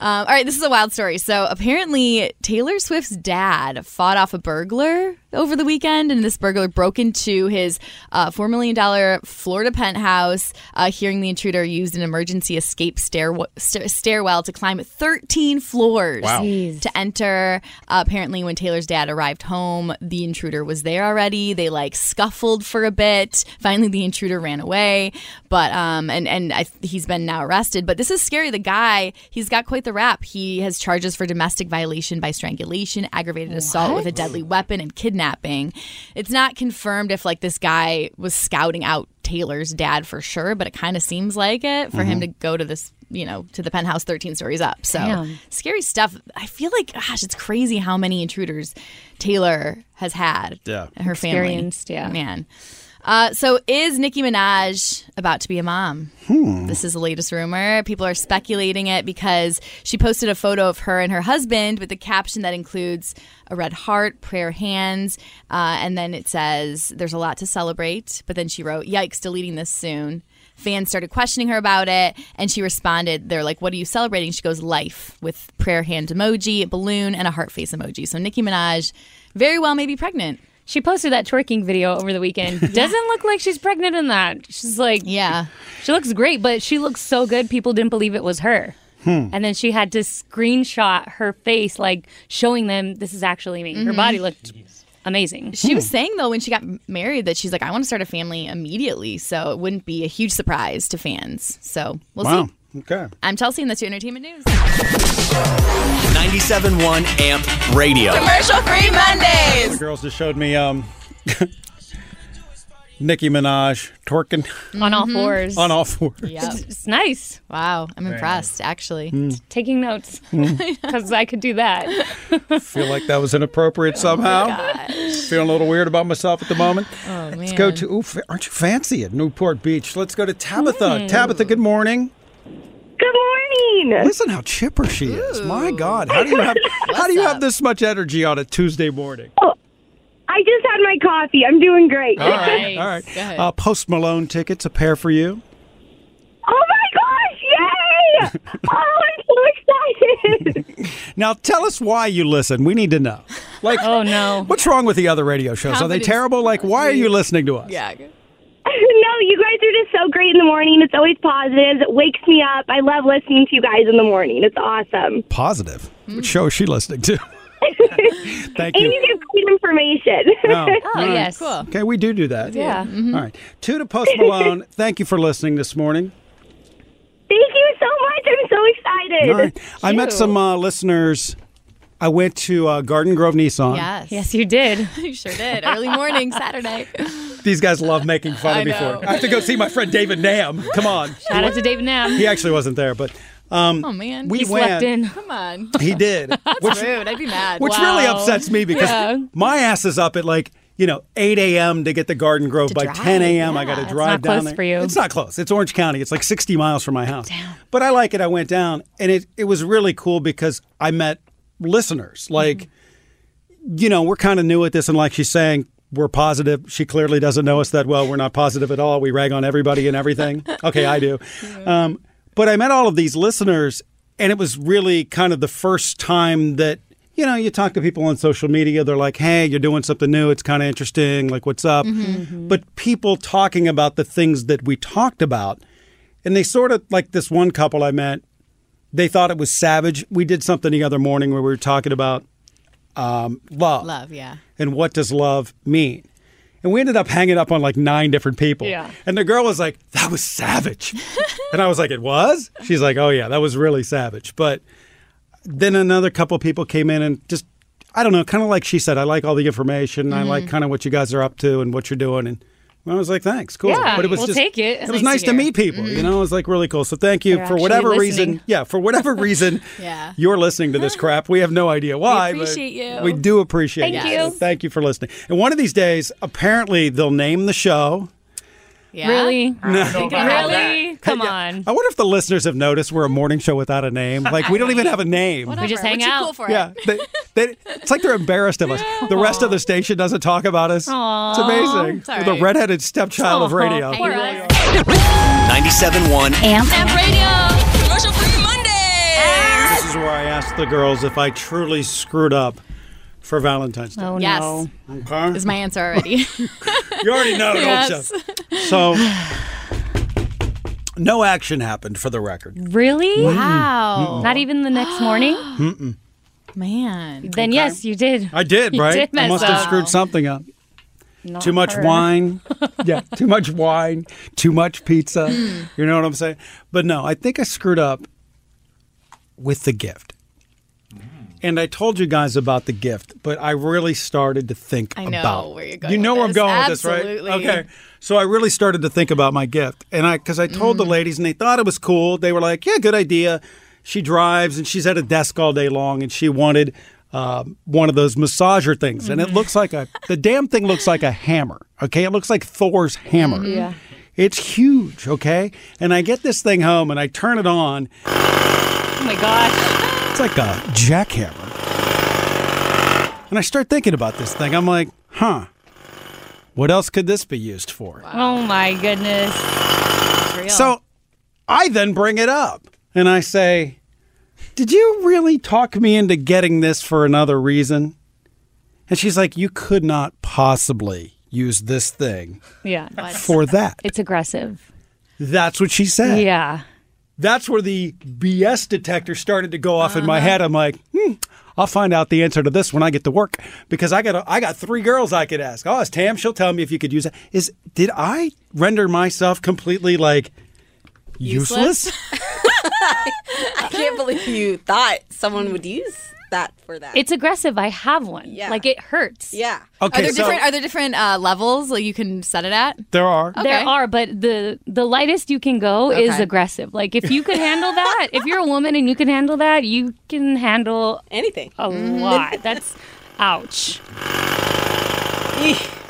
um, all right, this is a wild story. So, apparently, Taylor Swift's dad fought off a burglar over the weekend, and this burglar broke into his uh, $4 million Florida penthouse. Uh, hearing the intruder used an emergency escape stairw- stair- stairwell to climb 13 floors Wow. Jeez. to enter. Uh, apparently, when Taylor's dad arrived home, the intruder was there already. They like scuffled for a bit. Finally, the intruder ran away. But um, and and I, he's been now arrested. But this is scary. The guy, he's got quite the rap. He has charges for domestic violation by strangulation, aggravated assault with a What? deadly weapon, and kidnapping. It's not confirmed if like this guy was scouting out Taylor's dad for sure, but it kind of seems like it for him Mhm. to go to this. You know, to the penthouse 13 stories up. So Damn. scary stuff. I feel like, gosh, it's crazy how many intruders Taylor has had. Yeah. and Her Experienced, family. Yeah. Man. Uh, so is Nicki Minaj about to be a mom? This is the latest rumor. People are speculating it because she posted a photo of her and her husband with a caption that includes a red heart, prayer hands, uh, and then it says, "There's a lot to celebrate." But then she wrote, "Yikes, deleting this soon." Fans started questioning her about it, and she responded, They're like, What are you celebrating? She goes, Life with prayer hand emoji, a balloon, and a heart face emoji. So Nicki Minaj, very well, maybe pregnant. She posted that twerking video over the *laughs* weekend. Doesn't look like she's pregnant in that. She's like, yeah, she looks great, but she looks so good. People didn't believe it was her. Hmm. And then she had to screenshot her face, like showing them this is actually me. Her Mhm. body looked amazing. She was saying though when she got married that she's like, I want to start a family immediately, so it wouldn't be a huge surprise to fans. So we'll wow. see. Okay. I'm Chelsea, and that's your entertainment news. 97.1 Amp Radio. free Mondays. The girls just showed me um, *laughs* Nicki Minaj twerking *laughs* On all fours. on all fours. It's, it's nice. Wow, I'm Very impressed actually. Mm. Taking *laughs* notes *laughs* Mm. because I could do that. Feel like that was inappropriate somehow. Feeling a little weird about myself at the moment. Oh man. Let's go to. Ooh, fa- aren't you fancy at Newport Beach? Let's go to Tabitha. Mm. Tabitha, good morning. Good morning. Listen how chipper she is. My God, how do you have how do you have this much energy on a Tuesday morning? I just had my coffee. I'm doing great. All right, all right. Uh, Post Malone tickets, a pair for you. oh my gosh! *laughs* Yay! oh, I'm so excited. Now tell us why you listen. We need to know. Like, oh no, what's wrong with the other radio shows? Are they Confidence. terrible? Like, why are you listening to us? Yeah. no, you guys are just so great in the morning. It's always positive. It wakes me up. I love listening to you guys in the morning. It's awesome. Positive. Hmm. What show is she listening *laughs* to? Thank and you. you give great information. No. Oh, All right. Okay, we do do that. Yeah. Mm-hmm. Mhm. All right. Two to Post *laughs* Malone. Thank you for listening this morning. *laughs* Thank you so much. I'm so excited. All right. I met some uh, listeners. I went to uh, Garden Grove Nissan. Yes. Yes, you did. you sure did. Early *laughs* morning Saturday. These guys love making *laughs* fun I of me know. for it. I have to go see my friend David Nam. *laughs* Come on. Shout out to *laughs* David Nam. He actually wasn't there, but um, Oh man. we went. Come on. He did. That's which rude. I'd be mad. which really upsets me because my ass is up at like you know 8 a.m. to get to Garden Grove by 10 a.m. I got to drive not down close there. for you. It's not close. It's Orange County. It's like 60 miles from my house. But I like it. I went down and it it was really cool because I met listeners. Like you know we're kind of new at this and like she's saying. We're positive. She clearly doesn't know us that well. We're not positive at all. We rag on everybody and everything. Okay, I do. Um, but I met all of these listeners, and it was really kind of the first time that you know you talk to people on social media. They're like, "Hey, you're doing something new. It's kind of interesting. Like, what's up?" But people talking about the things that we talked about, and they sort of like this one couple I met. They thought it was savage. We did something the other morning where we were talking about um, love Love, yeah. and what does love mean? And we ended up hanging up on like nine different people. Yeah. And the girl was like, that was *laughs* savage. and I was like, it was? She's like, oh, yeah, that was really savage. But then another couple people came in and just, I don't know, kind of like she said, I like all the information. I like Mhm. kind of what you guys are up to and what you're doing. And I was like, thanks, cool. Yeah, but it was we'll just, take it. It was nice to, meet people. You know, it was like really cool. So thank you They're for whatever actually reason. listening. Yeah, for whatever reason Yeah. you're listening to this crap. We have no idea why. but appreciate you. We do appreciate Thank you. you. So Thank you for listening. And one of these days, apparently, they'll name the show. Yeah. Really? No. Really? Come on. I wonder if the listeners have noticed we're a morning show without a name. Like we don't even have a name. We just hang We're too out. cool for *laughs* yeah, they, they, it's like they're embarrassed of us. The rest of the station doesn't talk about us. Aw. It's amazing. It's all We're The right. redheaded stepchild of radio. Poor us. 97.1 Amp. Radio. Commercial free Mondays. This is where I asked the girls if I truly screwed up for Valentine's Day. Oh, Yes. no. Okay. Is my answer *laughs* already? You already know, Yes. don't *laughs* you? So, no action happened for the record. Really? Wow. Mm-mm. Not even the next morning? Mm-mm. Hmm. Man. Then yes, you did. I did, *laughs* You right? did I mess must have up. screwed something up. Not too much *laughs* her. wine. yeah, too much wine, too much pizza. Hmm. Mm. you know what I'm saying? But no, I think I screwed up with the gift. Hmm. And I told you guys about the gift, but I really started to think I know about where you're going You with know where I'm this. going with this, right? Absolutely. Okay. So I really started to think about my gift. And I cuz I told Mm. the ladies and they thought it was cool. They were like, "Yeah, good idea." She drives and she's at a desk all day long and she wanted um, one of those massager things and Mm-hmm. it looks like a the damn thing looks like a hammer okay it looks like thor's hammer Mm, Mhm. Yeah. it's huge okay and i get this thing home and i turn it on Oh my gosh. it's like a jackhammer. And I start thinking about this thing. I'm like, huh, what else could this be used for? Oh my goodness. real. So I then bring it up and I say, Did you really talk me into getting this for another reason? And she's like, You could not possibly use this thing Yeah. for that. It's aggressive. That's what she said. Yeah. That's where the BS detector started to go off in Uh-huh. my head. I'm like, hmm, I'll find out the answer to this when I get to work because I got a, I got three girls I could ask. Oh, it's Tam. She'll tell me if you could use that. Is did I render myself completely like useless? I can't believe you thought someone would use that for that. It's aggressive. I have one. Yeah. Like it hurts. Yeah. *laughs* are there different are there different uh, levels like you can set it at? There are. There are, but the the lightest you can go is Okay. aggressive. Like if you could handle that, if you're a woman and you can handle that, you can handle anything. A lot. That's ouch.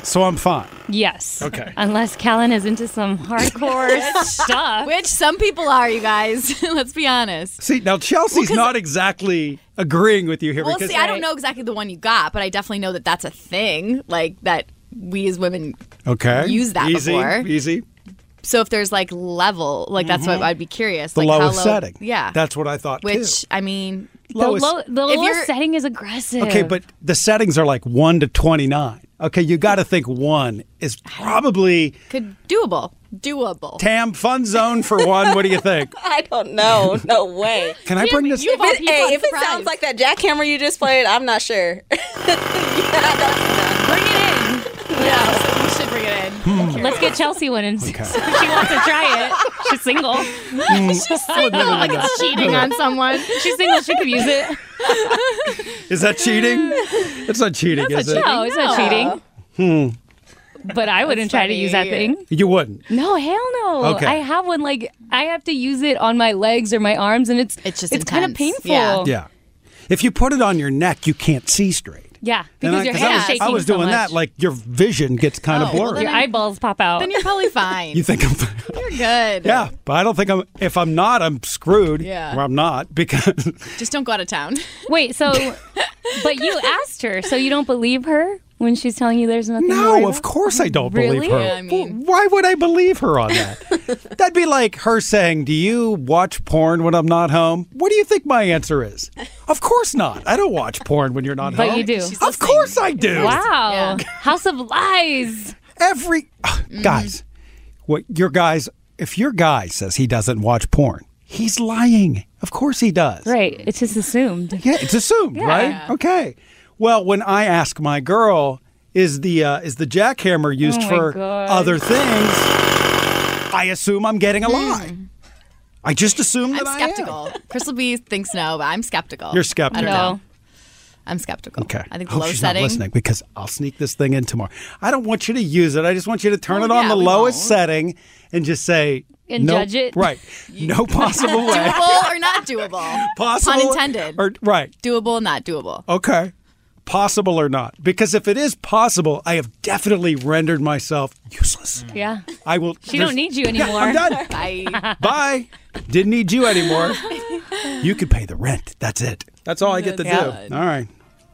So I'm fine. Yes. Okay. Unless Callan is into some hardcore stuff. Which some people are, you guys. *laughs* Let's be honest. *laughs* See now Chelsea's not exactly agreeing with you here Well, because see, I don't know exactly the one you got, but I definitely know that that's a thing. Like that we as women Okay, use that easy, E- before. Easy. So if there's like level, like that's Mhm. what I'd be curious. The like how lowest low- setting. Yeah. That's what I thought. too. Which I mean, Lowest- low- the if lowest you're- setting is aggressive. Okay, but the settings are like 1 to 29. Okay, you got to think 1 is probably could doable, doable. Tam fun zone for 1. What do you think? I don't know. No way. Can I Yeah, bring but this- you If of all it, people, hey, I'm if it sounds like that jackhammer you just played, I'm not sure. Yeah, we should bring it in. Hmm. Let's get Chelsea one and see *laughs* if she wants to try it. She's single. *laughs* She's single. Like it's cheating on someone. She's single. She could use it. *laughs* Is that *laughs* cheating? It's not cheating, is it? No, it's not cheating. Hmm. But I wouldn't try to use that thing. You wouldn't. No, hell no. Okay. I have one. Like I have to use it on my legs or my arms, and it's it's just it's kind of painful. Yeah. If you put it on your neck, you can't see straight. Yeah, And because I, your 'cause I head is was- shaking. I was so doing much. Oh, that like your vision gets kind of blurry. Your eyeballs pop out. Then you're probably fine. you think I'm *laughs* You're good. Yeah, but I don't think I'm if I'm not, I'm screwed. Yeah. Or I'm not because Just don't go out of *laughs* town. Wait, *laughs* so but you asked her, so you don't believe her when she's telling you there's nothing. to worry No, about? of course I don't Really? believe her. Yeah, I Wh- Why would I believe her on *laughs* that? That'd be like her saying, Do you watch porn when I'm not home? What do you think my answer is? Of course not. I don't watch porn when you're not But home. you do. Of course I do. Wow. House of Lies. Every uh, Mm-hmm. Guys, what your guys, if your guy says he doesn't watch porn, he's lying. Of course he does. Right. It's just assumed. Yeah, it's assumed, Yeah. right? Yeah. Okay. Well, when I ask my girl, is the uh, is the jackhammer used Oh my for God. other things? I assume I'm getting a lie. I just assume Hmm. I'm that I am. skeptical. Crystal B thinks no, but I'm skeptical. You're skeptical. I don't know. I'm skeptical. Okay. I think Hope low she's setting. not listening because I'll sneak this thing in tomorrow. I don't want you to use it. I just want you to turn Well, it on yeah, the we lowest setting and just say And no, judge it. *laughs* Right. No possible way. doable or not doable. *laughs* Possible Pun intended. Or right. doable, not doable. Okay. Possible or not? Because if it is possible, I have definitely rendered myself useless. Yeah. I will. She there's- don't need you *laughs* Yeah, anymore. I'm done. *laughs* Bye. Bye. Didn't need you anymore. You could pay the rent. That's it. That's all I get to That's do. All right.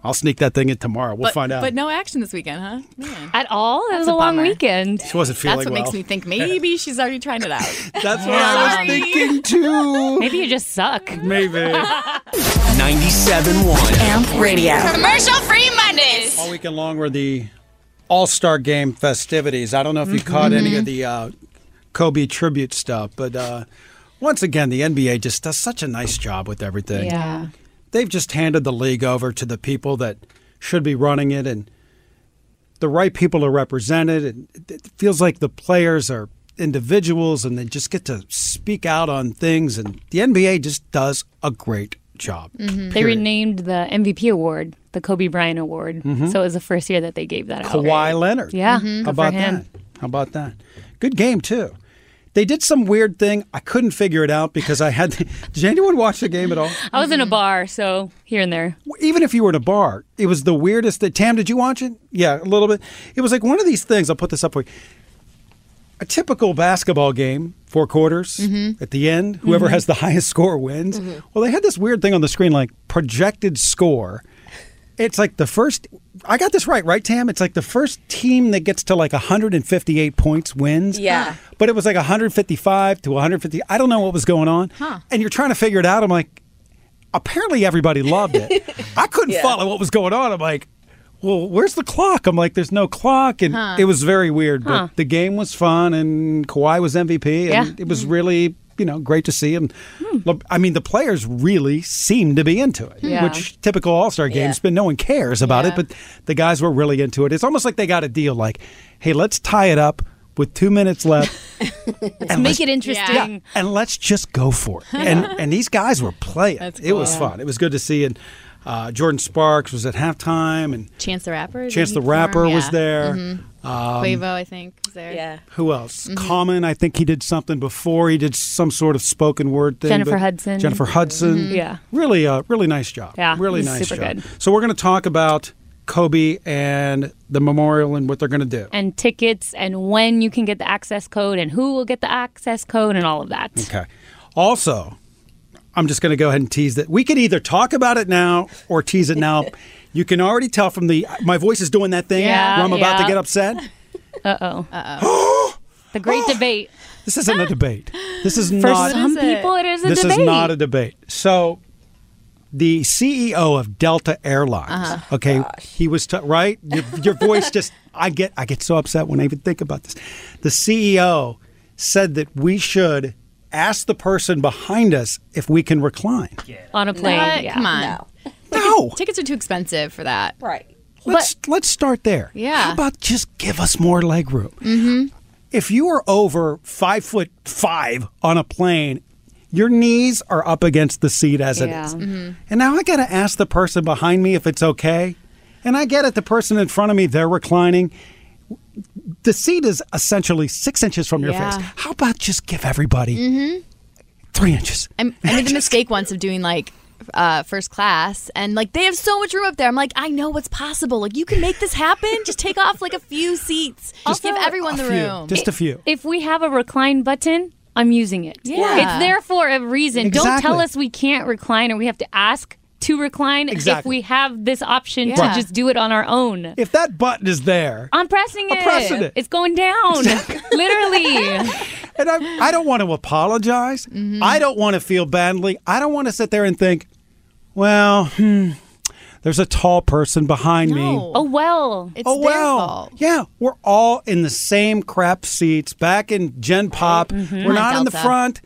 I'll sneak that thing in tomorrow. We'll but, find out. But no action this weekend, huh? Man. At all? It was a, long weekend. she wasn't feeling That's what well. makes me *laughs* think maybe she's already trying it out. That's what I was Sorry. thinking *laughs* too. *laughs* Maybe you just suck. Maybe. 97.1 Amp Radio. Commercial free Mondays. All weekend long were the All Star Game festivities. I don't know if you caught any of the uh, Kobe tribute stuff, but uh, once again, the NBA just does such a nice job with everything. Yeah. They've just handed the league over to the people that should be running it, and the right people are represented. And it- it feels like the players are individuals and they just get to speak out on things. And the NBA just does a great job. They Period. renamed the MVP award the Kobe Bryant Award. Mhm. So it was the first year that they gave that out. Kawhi Leonard. Yeah, Mhm. How good for about him. that? How about that? Good game too. They did some weird thing. I couldn't figure it out because I had. *laughs* did anyone watch the game at all? I was in a bar, so here and there. Even if you were in a bar, it was the weirdest. That Tam, did you watch it? Yeah, a little bit. It was like one of these things. I'll put this up for you. A typical basketball game, four quarters. Mm-hmm. Mhm. At the *laughs* end, whoever Mhm. has the highest score wins. Well, they had this weird thing on the screen, like projected score, it's like the first. I got this right, right, Tam? It's like the first team that gets to like 158 points wins. Yeah. But it was like 155 to 150. I don't know what was going on. Huh. And you're trying to figure it out. I'm like, apparently everybody loved *laughs* it. I couldn't Yeah. follow what was going on. I'm like, well, where's the clock? I'm like, there's no clock. And Huh. it was very weird, Huh. but the game was fun and Kawhi was MVP. And Yeah. Hmm. it was really, you know, great to see. And look, I mean, the players really seemed to be into it, Yeah. which typical All Star games, but no one cares about it. Yeah. But the guys were really into it. It's almost like they got a deal like, hey, let's tie it up with two minutes left. Let's make it interesting. Yeah, and let's just go for it. *laughs* And and these guys were playing. That's It was cool. fun. It was good to see. And uh, Jordan Sparks was at halftime, and Chance the Rapper. Chance the Rapper was there. Mm-hmm. mm Um, Quavo, I think, was there. Yeah. Who else? Mhm. Common. I think he did something before. He did some sort of spoken word thing. Jennifer but- Hudson. Jennifer Hudson. Mhm. Yeah. Really, uh, really nice job. Yeah, Really he's nice super job. good. So we're going to talk about Kobe and the memorial and what they're going to do. and tickets and when you can get the access code and who will get the access code and all of that. Okay. Also, I'm just going to go ahead and tease that we could either talk about it now or tease it *laughs* now. you can already tell from the my voice is doing that thing Yeah, where I'm about to yeah. get upset. Uh oh. Uh *gasps* oh. the great debate. This isn't a *laughs* debate. This is *gasps* For not some people, it is a this debate. is not a debate. So, the CEO of Delta Airlines. Uh-huh. Okay, he was t- right. Your, your voice just. I get. I get so upset when I even think about this. The CEO said that we should ask the person behind us if we can recline. On a plane. What? yeah. Come on. No. Tickets are too expensive for that. Right. Let's let's start there. Yeah. How about just give us more leg room? Mm-hmm. if you are over five foot five on a plane, your knees are up against the seat as it Yeah. is. Mm-hmm. Mhm. And now I got to ask the person behind me if it's okay. And I get it, the person in front of me, they're reclining. The seat is essentially six inches from your Yeah. face. How about just give everybody Mm-hmm. three inches? I'm- I made the mistake once of doing like uh, first class, and like they have so much room up there. I'm like, I know what's possible. Like you can make this happen. Just take off like a few seats. Just give everyone the few. room. Just a few. If we have a recline button, I'm using it. Yeah. It's there for a reason. Don't Exactly. tell us we can't recline or we have to ask to recline if Exactly. we have this option to Right. just do it on our own. If that button is there, I'm pressing it. I'm pressing it. It's going down. *laughs* *laughs* Literally. and I, I don't want to apologize. I don't want to feel badly. I don't want to sit there and think, well, hmm, there's a tall person behind me. Oh well. It's oh well, yeah. We're all in the same crap seats back in Gen Pop. We're Come on, not in the Delta. front.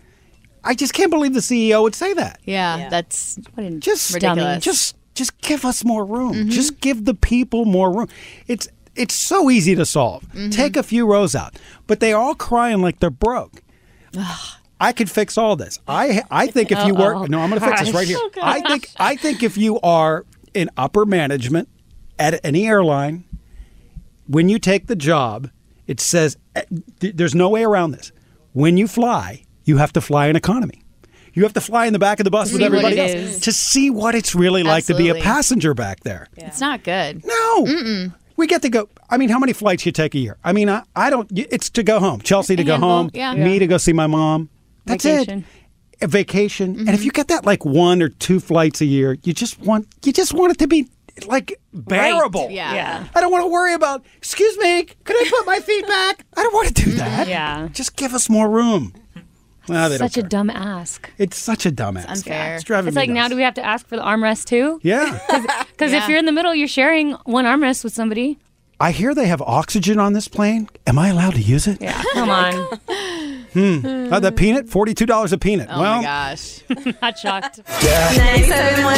I just can't believe the CEO would say that. Yeah, that's just ridiculous. Just just give us more room. Mm-hmm. Just give the people more room. It's it's so easy to solve. Mm-hmm. Take a few rows out, but they are all crying like they're broke. I could fix all this. I I think if you Uh-oh. work, no, I'm going to fix this right here. Oh, gosh. I think I think if you are in upper management at any airline, when you take the job, it says eh, th- there's no way around this. When you fly, you have to fly in economy. You have to fly in the back of the bus To with see what everybody else it is. to see what it's really like to be Absolutely. a passenger back there. It's not good. No. Mm-mm. We get to go. I mean, how many flights you take a year? I mean, I, I don't. It's to go home. Chelsea to A go handful, home. yeah. Me Yeah. to go see my mom. That's Vacation. it. A vacation. And Mm-hmm. if you get that like one or two flights a year, you just want you just want it to be like bearable. Yeah. yeah. I don't want to worry about. Excuse me. Could I put my feet back? *laughs* I don't want to do that. Mm-hmm. Yeah. Just give us more room. Well, they don't Such a dumb ask. care. it's such a dumbass. It's unfair. It's driving me like now do we have to ask for the armrest too? *laughs* Yeah. Because if you're in the middle, you're sharing one armrest with *laughs* somebody. I hear they have oxygen on this plane. Am I allowed to use it? Yeah, come Oh on. Hmm. Uh, the peanut, forty-two dollars a peanut. Oh my well, gosh. *laughs* Not shocked. 971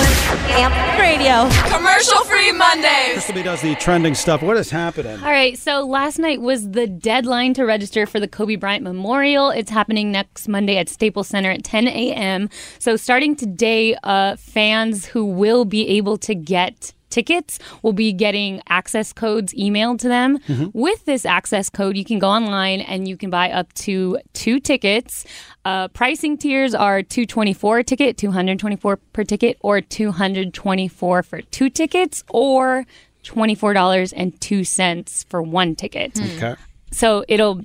Amp Radio. Commercial free Mondays. Crystal B does the trending stuff. What is happening? All right, so last night was the deadline to register for the Kobe Bryant Memorial. It's happening next Monday at Staples Center at 10 a.m. So starting today, uh, fans who will be able to get tickets will be getting access codes emailed to them. Mhm. With this access code, you can go online and you can buy up to two tickets. Uh, pricing tiers are 224 ticket, 224 per ticket, or 224 for two tickets, or Hmm. $24.02 for one ticket. Okay. So it'll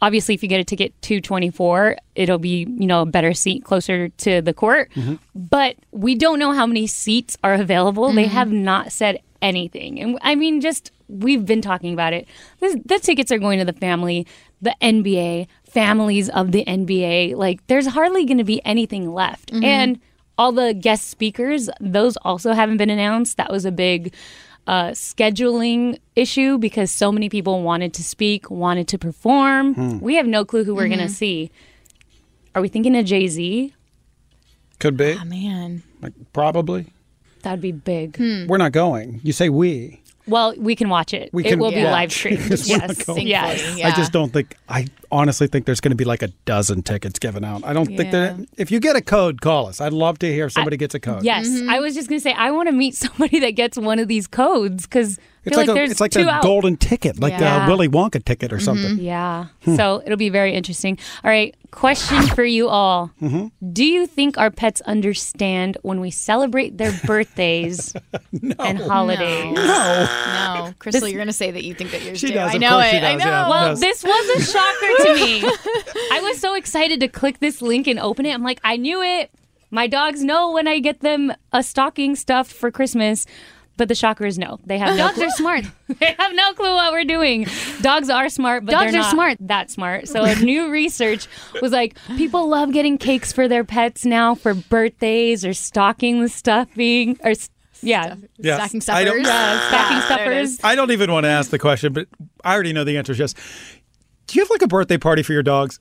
obviously if you get a ticket to 24, it'll be, you know, a better seat closer to the court. Mhm. But we don't know how many seats are available. They have not said anything. And I mean, just we've been talking about it. This, the tickets are going to the family, the NBA, families of the NBA. Like, there's hardly going to be anything left. Mhm. And all the guest speakers, those also haven't been announced. That was a big uh, scheduling issue because so many people wanted to speak, wanted to perform. Hmm. We have no clue who we're going Mhm. to see. Are we thinking of Jay Z? Could be. Ah, man. Like, probably. That'd be big. We're not going. You say we. Well, we can watch it. We it can will be watch. live *laughs* streamed. It's not yes. going- yes. I just don't think. I honestly think there's going to be like a dozen tickets given out. I don't think that. If you get a code, call us. I'd love to hear if somebody gets a code. Yes, I was just gonna say I want to meet *laughs* somebody that gets one of these codes because It's like, like, a, there's it's like two the out. golden ticket, like Yeah. a Willy Wonka ticket or something. Yeah, Hmm. so it'll be very interesting. All right, question for you all: Mhm. Do you think our pets understand when we celebrate their birthdays and holidays? No. No. Oh, *laughs* Crystal, This- you're going to say that you think that yours She do. does, I of know course it. she I does, know. yeah, Well, does. this was a shocker to me. I was so excited to click this link and open it. I'm like, I knew it. My dogs know when I get them a stocking stuffed for Christmas. But the shocker is no. They have no Dogs are smart. *laughs* they have no clue what we're doing. Dogs are smart, but Dogs they're are not smart. that smart. So a new research was like people love getting cakes for their pets now for birthdays or stocking the stuffing or s- yeah, Yes. Stocking I don't- stuffers. Yeah, stocking stuffers. I don't even want to ask the question, but I already know the answer is yes. Do you have like a birthday party for your dogs?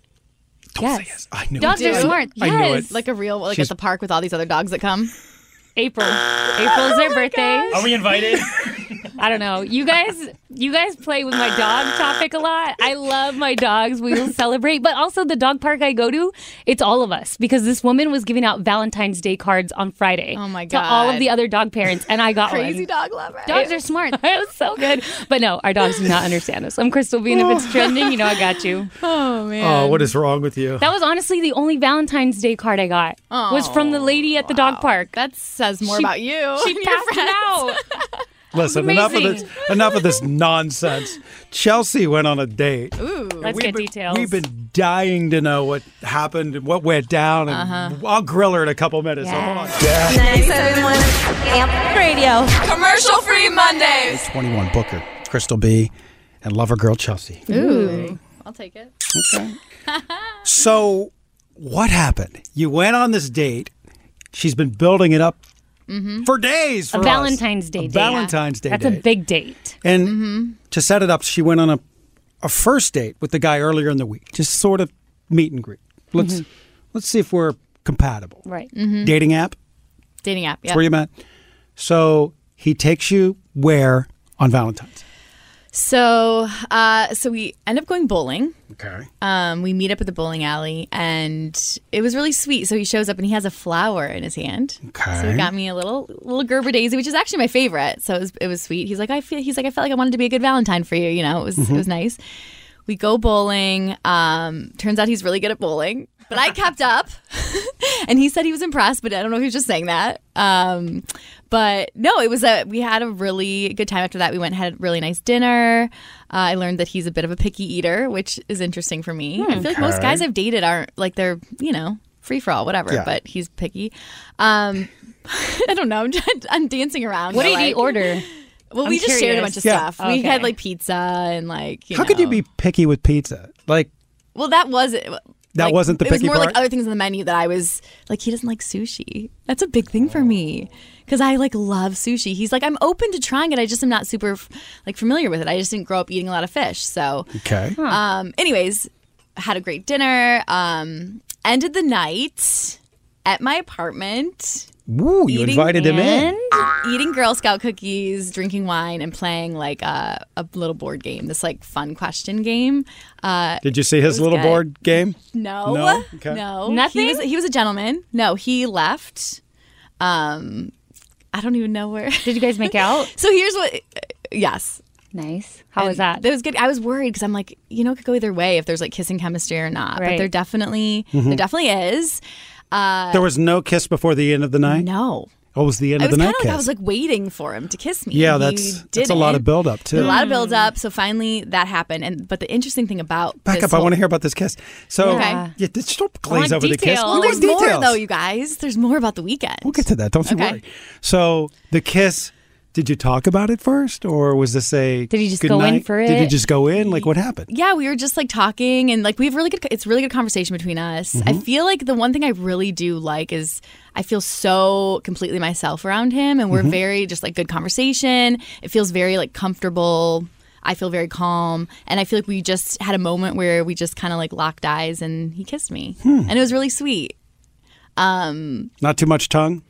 Don't say yes. I knew Dogs it. are I- smart. I knew it. Like a real, like She's- at the park with all these other dogs that come. April. April Oh is their birthday. Are we invited? *laughs* I don't know. You guys, you guys play with my dog topic a lot. I love my dogs. We will celebrate, but also the dog park I go to, it's all of us because this woman was giving out Valentine's Day cards on Friday. Oh my To all of God. the other dog parents, and I got Crazy one. dog lover. Dogs are smart. *laughs* it was so good, but no, our dogs do not understand us. I'm Crystal Bean. If it's trending, you know I got *laughs* you. Oh Oh, what is wrong with you? That was honestly the only Valentine's Day card I got. was from the lady at the dog park. That says more She- about you. *laughs* She passed it *laughs* out. Listen, enough of this. amazing. Enough of this nonsense. Chelsea went on a date. Ooh, We've let's get been- details. We've been dying to know what happened, and what went down, and Uh-huh. I'll grill her in a couple minutes. So hold on. Amp Radio. Commercial free Mondays. 21 Booker, Crystal B, and Lover Girl Chelsea. Ooh. I'll take it. Okay. So, what happened? You went on this date. She's been building it up for days. For a us. Valentine's Day A date. Valentine's Day That's a date. big date. And Mm-hmm. to set it up, she went on a, a first date with the guy earlier in the week, just sort of meet and greet. Let's Mhm. let's see if we're compatible. Right. Mm-hmm. Dating app. Dating app. That's where Yeah. you met. So he takes you where on Valentine's? So, uh, so we end up going bowling. Okay. Um, we meet up at the bowling alley, and it was really sweet. So he shows up, and he has a flower in his hand. Okay. So he got me a little little Gerber daisy, which is actually my favorite. So it was it was sweet. He's like, I feel. He's like, I felt like I wanted to be a good Valentine for you. You know, it was it Mhm. was nice. We go bowling. Um, turns out he's really good at bowling, but I kept up. *laughs* and he said he was impressed, but I don't know if he was just saying that. Um, but no, it was a we had a really good time after that. We went and had a really nice dinner. Uh, I learned that he's a bit of a picky eater, which is interesting for me. I feel like most Hmm, Okay. guys I've dated aren't like they're you know free for all whatever, Yeah. but he's picky. Um, I don't know. I'm, just- I'm dancing around. What but, did he like- order? Well, I'm we just shared a curious. bunch of Yeah. stuff. We had Okay. like pizza and like you How know. could you be picky with pizza? Like Well, that was it. That like, wasn't the It was picky more part? like other things on the menu that I was like. He doesn't like sushi. That's a big thing for me Oh. because I like love sushi. He's like, I'm open to trying it. I just am not super f- like familiar with it. I just didn't grow up eating a lot of fish. So Okay. Huh. Um. Anyways, had a great dinner. Um. Ended the night at my apartment. Woo, Uh, you invited him in. Eating Girl Scout cookies, drinking wine, and playing like a, a little board game. This like fun question game. Uh, Did you see his it was little good. board game? No. No? Okay. No. Nothing? He was, he was a gentleman. No, he left. Um, I don't even know where. *laughs* Did you guys *laughs* make out? so here's what. uh, Yes. Nice. How was that? That was good. I was worried because I'm like, you know, it could go either way if there's like kissing chemistry or not. But Right. there definitely, Mhm. there definitely is. Uh, There was no kiss before the end of the night? No. Oh, it was the end I of the was kind nightcast. of like I was like waiting for him to kiss me. Yeah, He that's- that's a didn't. lot of buildup, too. A lot of Mm. build up. So finally that happened. And but the interesting thing about Back this up. I whole- want to hear about this kiss. So, Okay. yeah, just don't glaze over the kiss. Well, there's details. more though, you guys. There's more about the weekend. We'll get to that. Don't you Okay. worry. So, the kiss. Did you talk about it first, or was this a? Did you just go in for Did you it? just go in? Like what happened? Yeah, we were just like talking and like we have really good it's really good conversation between us. I Mhm. feel like the one thing I really do like is I feel so completely myself around him and we're Mhm. very just like good conversation. It feels very like comfortable. I feel very calm and I feel like we just had a moment where we just kind of like locked eyes and he kissed me. Hmm. And it was really sweet. Um Not too much tongue.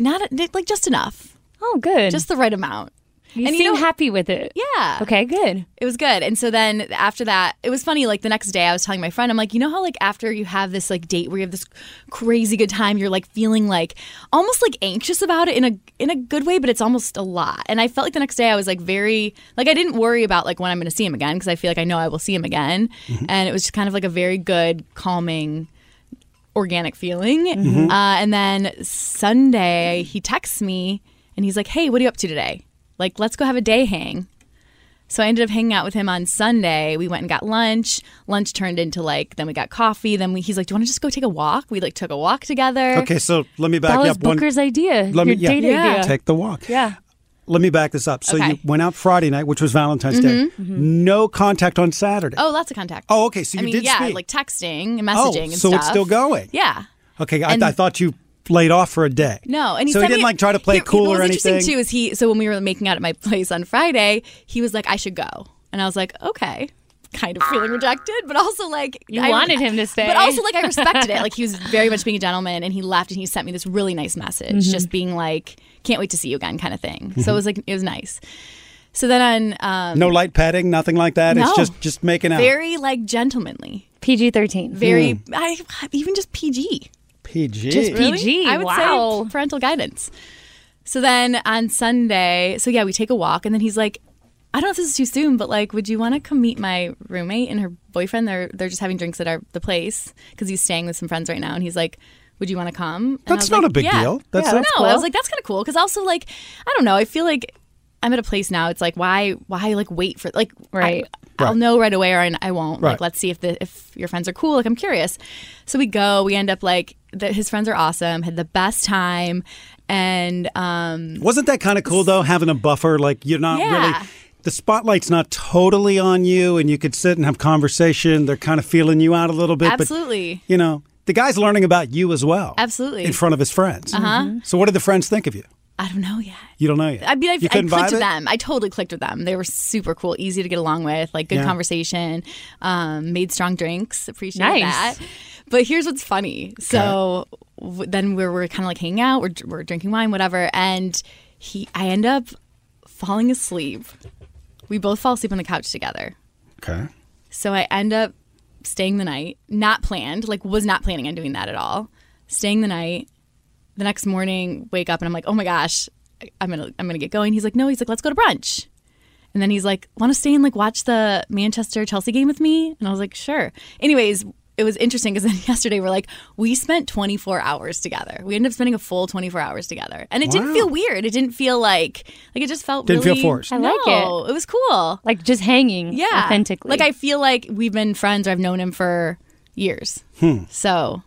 not like just enough. Oh, good. Just the right amount. You seem happy with it. Yeah. Okay, good. It was good. And so then after that, it was funny. Like the next day, I was telling my friend, I'm like, you know how, like, after you have this, like, date where you have this crazy good time, you're, like, feeling, like, almost, like, anxious about it in a, in a good way, but it's almost a lot. And I felt like the next day, I was, like, very, like, I didn't worry about, like, when I'm going to see him again because I feel like I know I will see him again. Mhm. And it was just kind of like a very good, calming, organic feeling. Mm-hmm. Mhm. Uh, and then Sunday, he texts me and he's like, "Hey, what are you up to today? Like, let's go have a day hang." So I ended up hanging out with him on Sunday. We went and got lunch. Lunch turned into like then we got coffee. Then we, he's like, "Do you want to just go take a walk?" We like took a walk together. Okay, so let me back you up one- idea. Let me yeah, yeah. take the walk. Yeah. Let me back this up. So you Okay. went out Friday night, which was Valentine's Day. Mhm. Mhm. No contact on Saturday. Oh, lots of contact. Oh, okay, so I you mean, did yeah, speak. Oh, like texting and messaging and so stuff. it's still going. Yeah. Okay, I, And- I thought you laid off for a day. No, and he so he sent didn't me- like try to play Here- cool what was or anything. Interesting too is he. So when we were making out at my place on Friday, he was like, "I should go," and I was like, "Okay." Kind of feeling rejected, but also like You I- wanted him to stay. But also like I respected *laughs* it. Like he was very much being a gentleman, and he left and he sent me this really nice message, Mhm. just being like, "Can't wait to see you again," kind of thing. So Mhm. it was like it was nice. So then on um, no light petting, nothing like that. It's No. just just making out. very like gentlemanly, PG thirteen, very Hmm. I even just PG. PG. Really? I would say parental guidance. So then on Sunday, so yeah, we take a walk, and then he's like, "I don't know if this is too soon, but like, would you want to come meet my roommate and her boyfriend? They're they're just having drinks at our the place because he's staying with some friends right now, and he's like." Would you want to come? And I That's was not like, a big yeah. deal. That's- yeah, that's no. I cool. was like, that's kind of cool because also like, I don't know. I feel like I'm at a place now. It's like, why, why like wait for like, right? I, will Right. know right away or I, I won't. Right. Like, let's see if the if your friends are cool. Like, I'm curious. So we go. We end up like the, his friends are awesome. Had the best time, and um, Wasn't that kind of cool though, having a buffer? Like you're not Yeah. really the spotlight's not totally on you, and you could sit and have conversation. They're kind of feeling you out a little bit, Absolutely. But, you know, the guy's learning about you as well, absolutely in front of his friends. Uh-huh. So what did the friends think of you? I don't know yet. You don't know yet. I mean, I, I you clicked couldn't vibe with it? them. I totally clicked with them. They were super cool, easy to get along with, like good Yeah. conversation, um, made strong drinks. Appreciate Nice. that. But here's what's funny. So w- then we're, we're kind of like hanging out, we're, dr- we're drinking wine, whatever. And he, I end up falling asleep. We both fall asleep on the couch together. Okay. So I end up staying the night, not planned, like was not planning on doing that at all. Staying the night. The next morning, wake up and I'm like, "Oh my gosh, I- I'm going to I'm going to get going." He's like, "No, he's like, let's go to brunch." And then he's like, "Want to stay and like watch the Manchester Chelsea game with me?" And I was like, "Sure." Anyways, it was interesting because *laughs* then yesterday we're like, we spent 24 hours together. We ended up spending a full 24 hours together, and it didn't Wow. feel weird. It didn't feel like like it just felt Didn't feel really- forced. I like No, it. It was cool. Like just hanging yeah authentically. like i feel like we've been friends or i've known him for years Hmm. so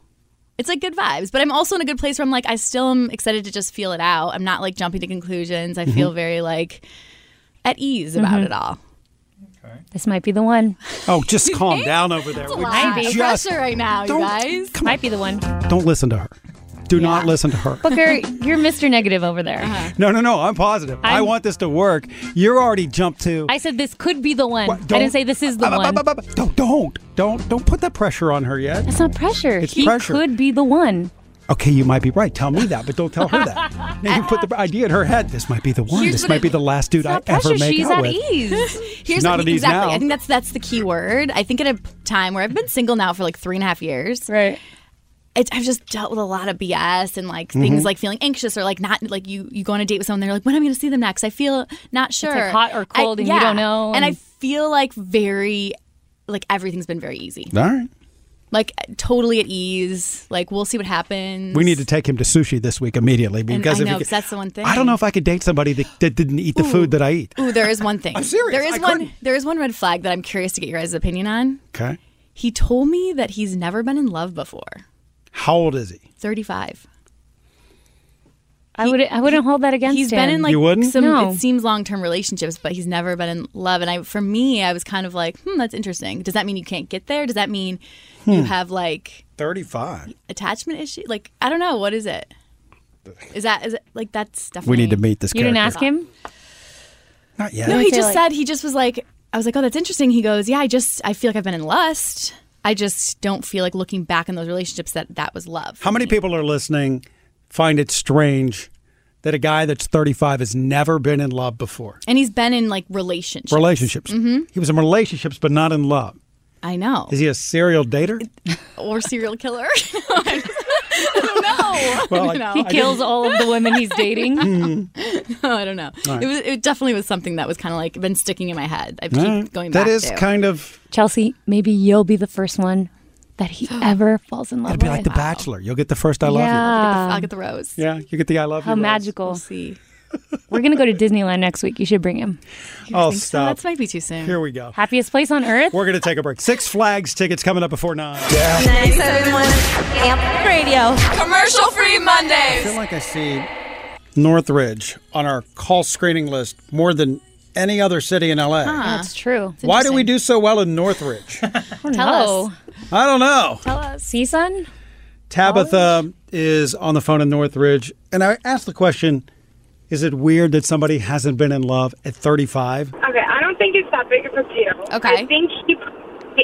it's like good vibes but i'm also in a good place where i'm like i still am excited to just feel it out i'm not like jumping to conclusions i feel Mm-hmm. Mhm. very like at ease about Mhm. it all this might be the one. Oh, *laughs* just calm down over there. it's a would lot you of just- pressure right now you don't- guys might be the one. Don't listen to her. Do not listen to her. Booker, you're Mr. Negative over there. No, no, no. I'm positive. i I'm- want this to work. You're already jumped to. I said this could be the one. I don't- didn't say this is the Uh, uh, one. uh, uh, uh, don't, don't, don't, don't put that pressure on her yet. That's not pressure. It's he pressure. could be the one. Okay, you might be right. Tell me that, but don't tell *laughs* her that. Now you put the idea in her head. This might be the one. Here's this what might it- be the last dude I ever pressure. make She's E. out at with. ease. Here's not at ease exactly. now. I think that's that's the key word. I think at a time where I've been single now for like three and a half years, *laughs* right? It's, I've just dealt with a lot of BS and like Mhm. Mm-hmm. things like feeling anxious or like not like you you go on a date with someone they're like when am I going to see them next? I feel not sure. like, hot or I- cold and you don't know, And, I and- feel like very like everything's been very easy. All right. like totally at ease. Like we'll see what happens. We need to take him to sushi this week immediately And because I if know he- 'cause that's the one thing. I don't know if I could date somebody that, that didn't eat the Ooh. food that I eat. Ooh, there is one thing. *laughs* I'm serious. There is I one. couldn't. There is one red flag that I'm curious to get your guys' opinion on. Okay. He told me that he's never been in love before. How old is he? 35. I would I wouldn't hold that against He's him. been in like You wouldn't? some No. it seems long term relationships, but he's never been in love. And I for me, I was kind of like, hmm, that's interesting. Does that mean you can't get there? Does that mean you Hmm. have like 35. attachment issue? Like I don't know, what is it? Is that is it like that's definitely We need to meet this You didn't character. ask him? Not yet. No, he just said he just was like I was like, "Oh, that's interesting." He goes, "Yeah, I just I feel like I've been in lust. I just don't feel like looking back in those relationships that that was love." How many people are listening find it strange that a guy that's 35 has never been in love before? And he's been in like relationships. Relationships. Mhm. He was in relationships, but not in love. I know. Is he a serial *laughs* dater? Or serial killer. *laughs* I don't know. *laughs* Well, I- I don't know. He I kills didn't- all of the women he's dating. *laughs* Hmm. no, I don't know. All right. It was. It definitely was something that was kind of like been sticking in my head. I keep going back. to. of Chelsea. Maybe you'll be the first one that *gasps* he ever falls in love It'll be with. like The Bachelor. You'll get the first I love Um, Yeah. I'll get the rose. you. Yeah, you get the I love How you. rose. magical. see. We're gonna go to Disneyland next week. You should bring him. Oh, uh, stop. might be too soon. Here we go. Happiest place on earth. We're going to take a break. Six Flags tickets coming up before nine. Yeah. 971 Amp Radio. Commercial free I feel Mondays. like I see Northridge on our call screening list more than any other city in LA. That's true. Why do we do so well in Northridge? Tell us. I don't know. Tell us. CSUN? Tabitha is on the phone in Northridge, and I asked the question Is it weird that somebody hasn't been in love at 35? Okay, I don't think it's that big of a deal. Okay. I think he,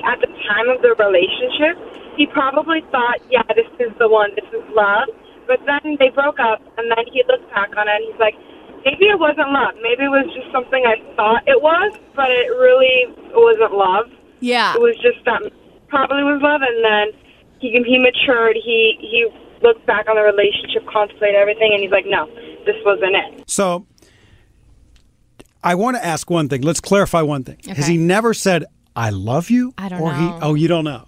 at the time of the relationship, he probably thought, yeah, this is the one, this is love. But then they broke up, and then he looks back on it, and he's like, maybe it wasn't love. Maybe it was just something I thought it was, but it really wasn't love. Yeah. It was just that probably was love, and then he he matured. He he looked back on the relationship, contemplated everything, and he's like, no, this wasn't it. So I want to ask one thing. Let's clarify one thing. Has he never said, I love you? I don't or He, know. oh, you don't know.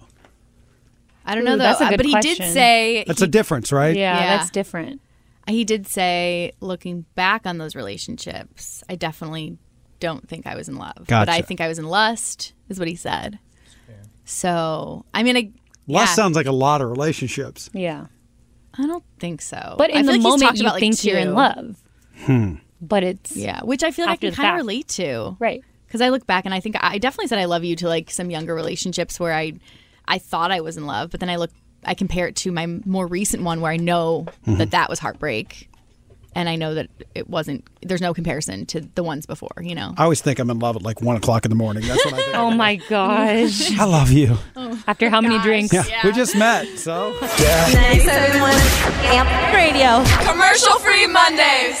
I don't know Ooh, though. Uh, that's a good but he question. did say. That's a difference, right? different. He did say, looking back on those relationships, I definitely don't think I was in love, but Gotcha. I think I was in lust. Is what he said. So I mean, I Lust yeah. sounds like a lot of relationships. Yeah. I don't think so. But in I feel like the he's moment, talked you about, like, think you're in two. love. Hmm. But it's Yeah, which I feel like after I the can kind fact. of relate to. Right. Because I look back and I think I definitely said I love you to like some younger relationships where I, I thought I was in love, but then I look, I compare it to my more recent one where I know Mhm. that that was heartbreak, and I know that it wasn't. There's no comparison to the ones before, you know. I always think I'm in love at like one o'clock in the morning. That's what I *laughs* think. Oh *laughs* my gosh. I love you. Oh, After how many drinks? *laughs* Yeah, we just met, so. Yeah. 971 Amp Radio. Commercial free Mondays.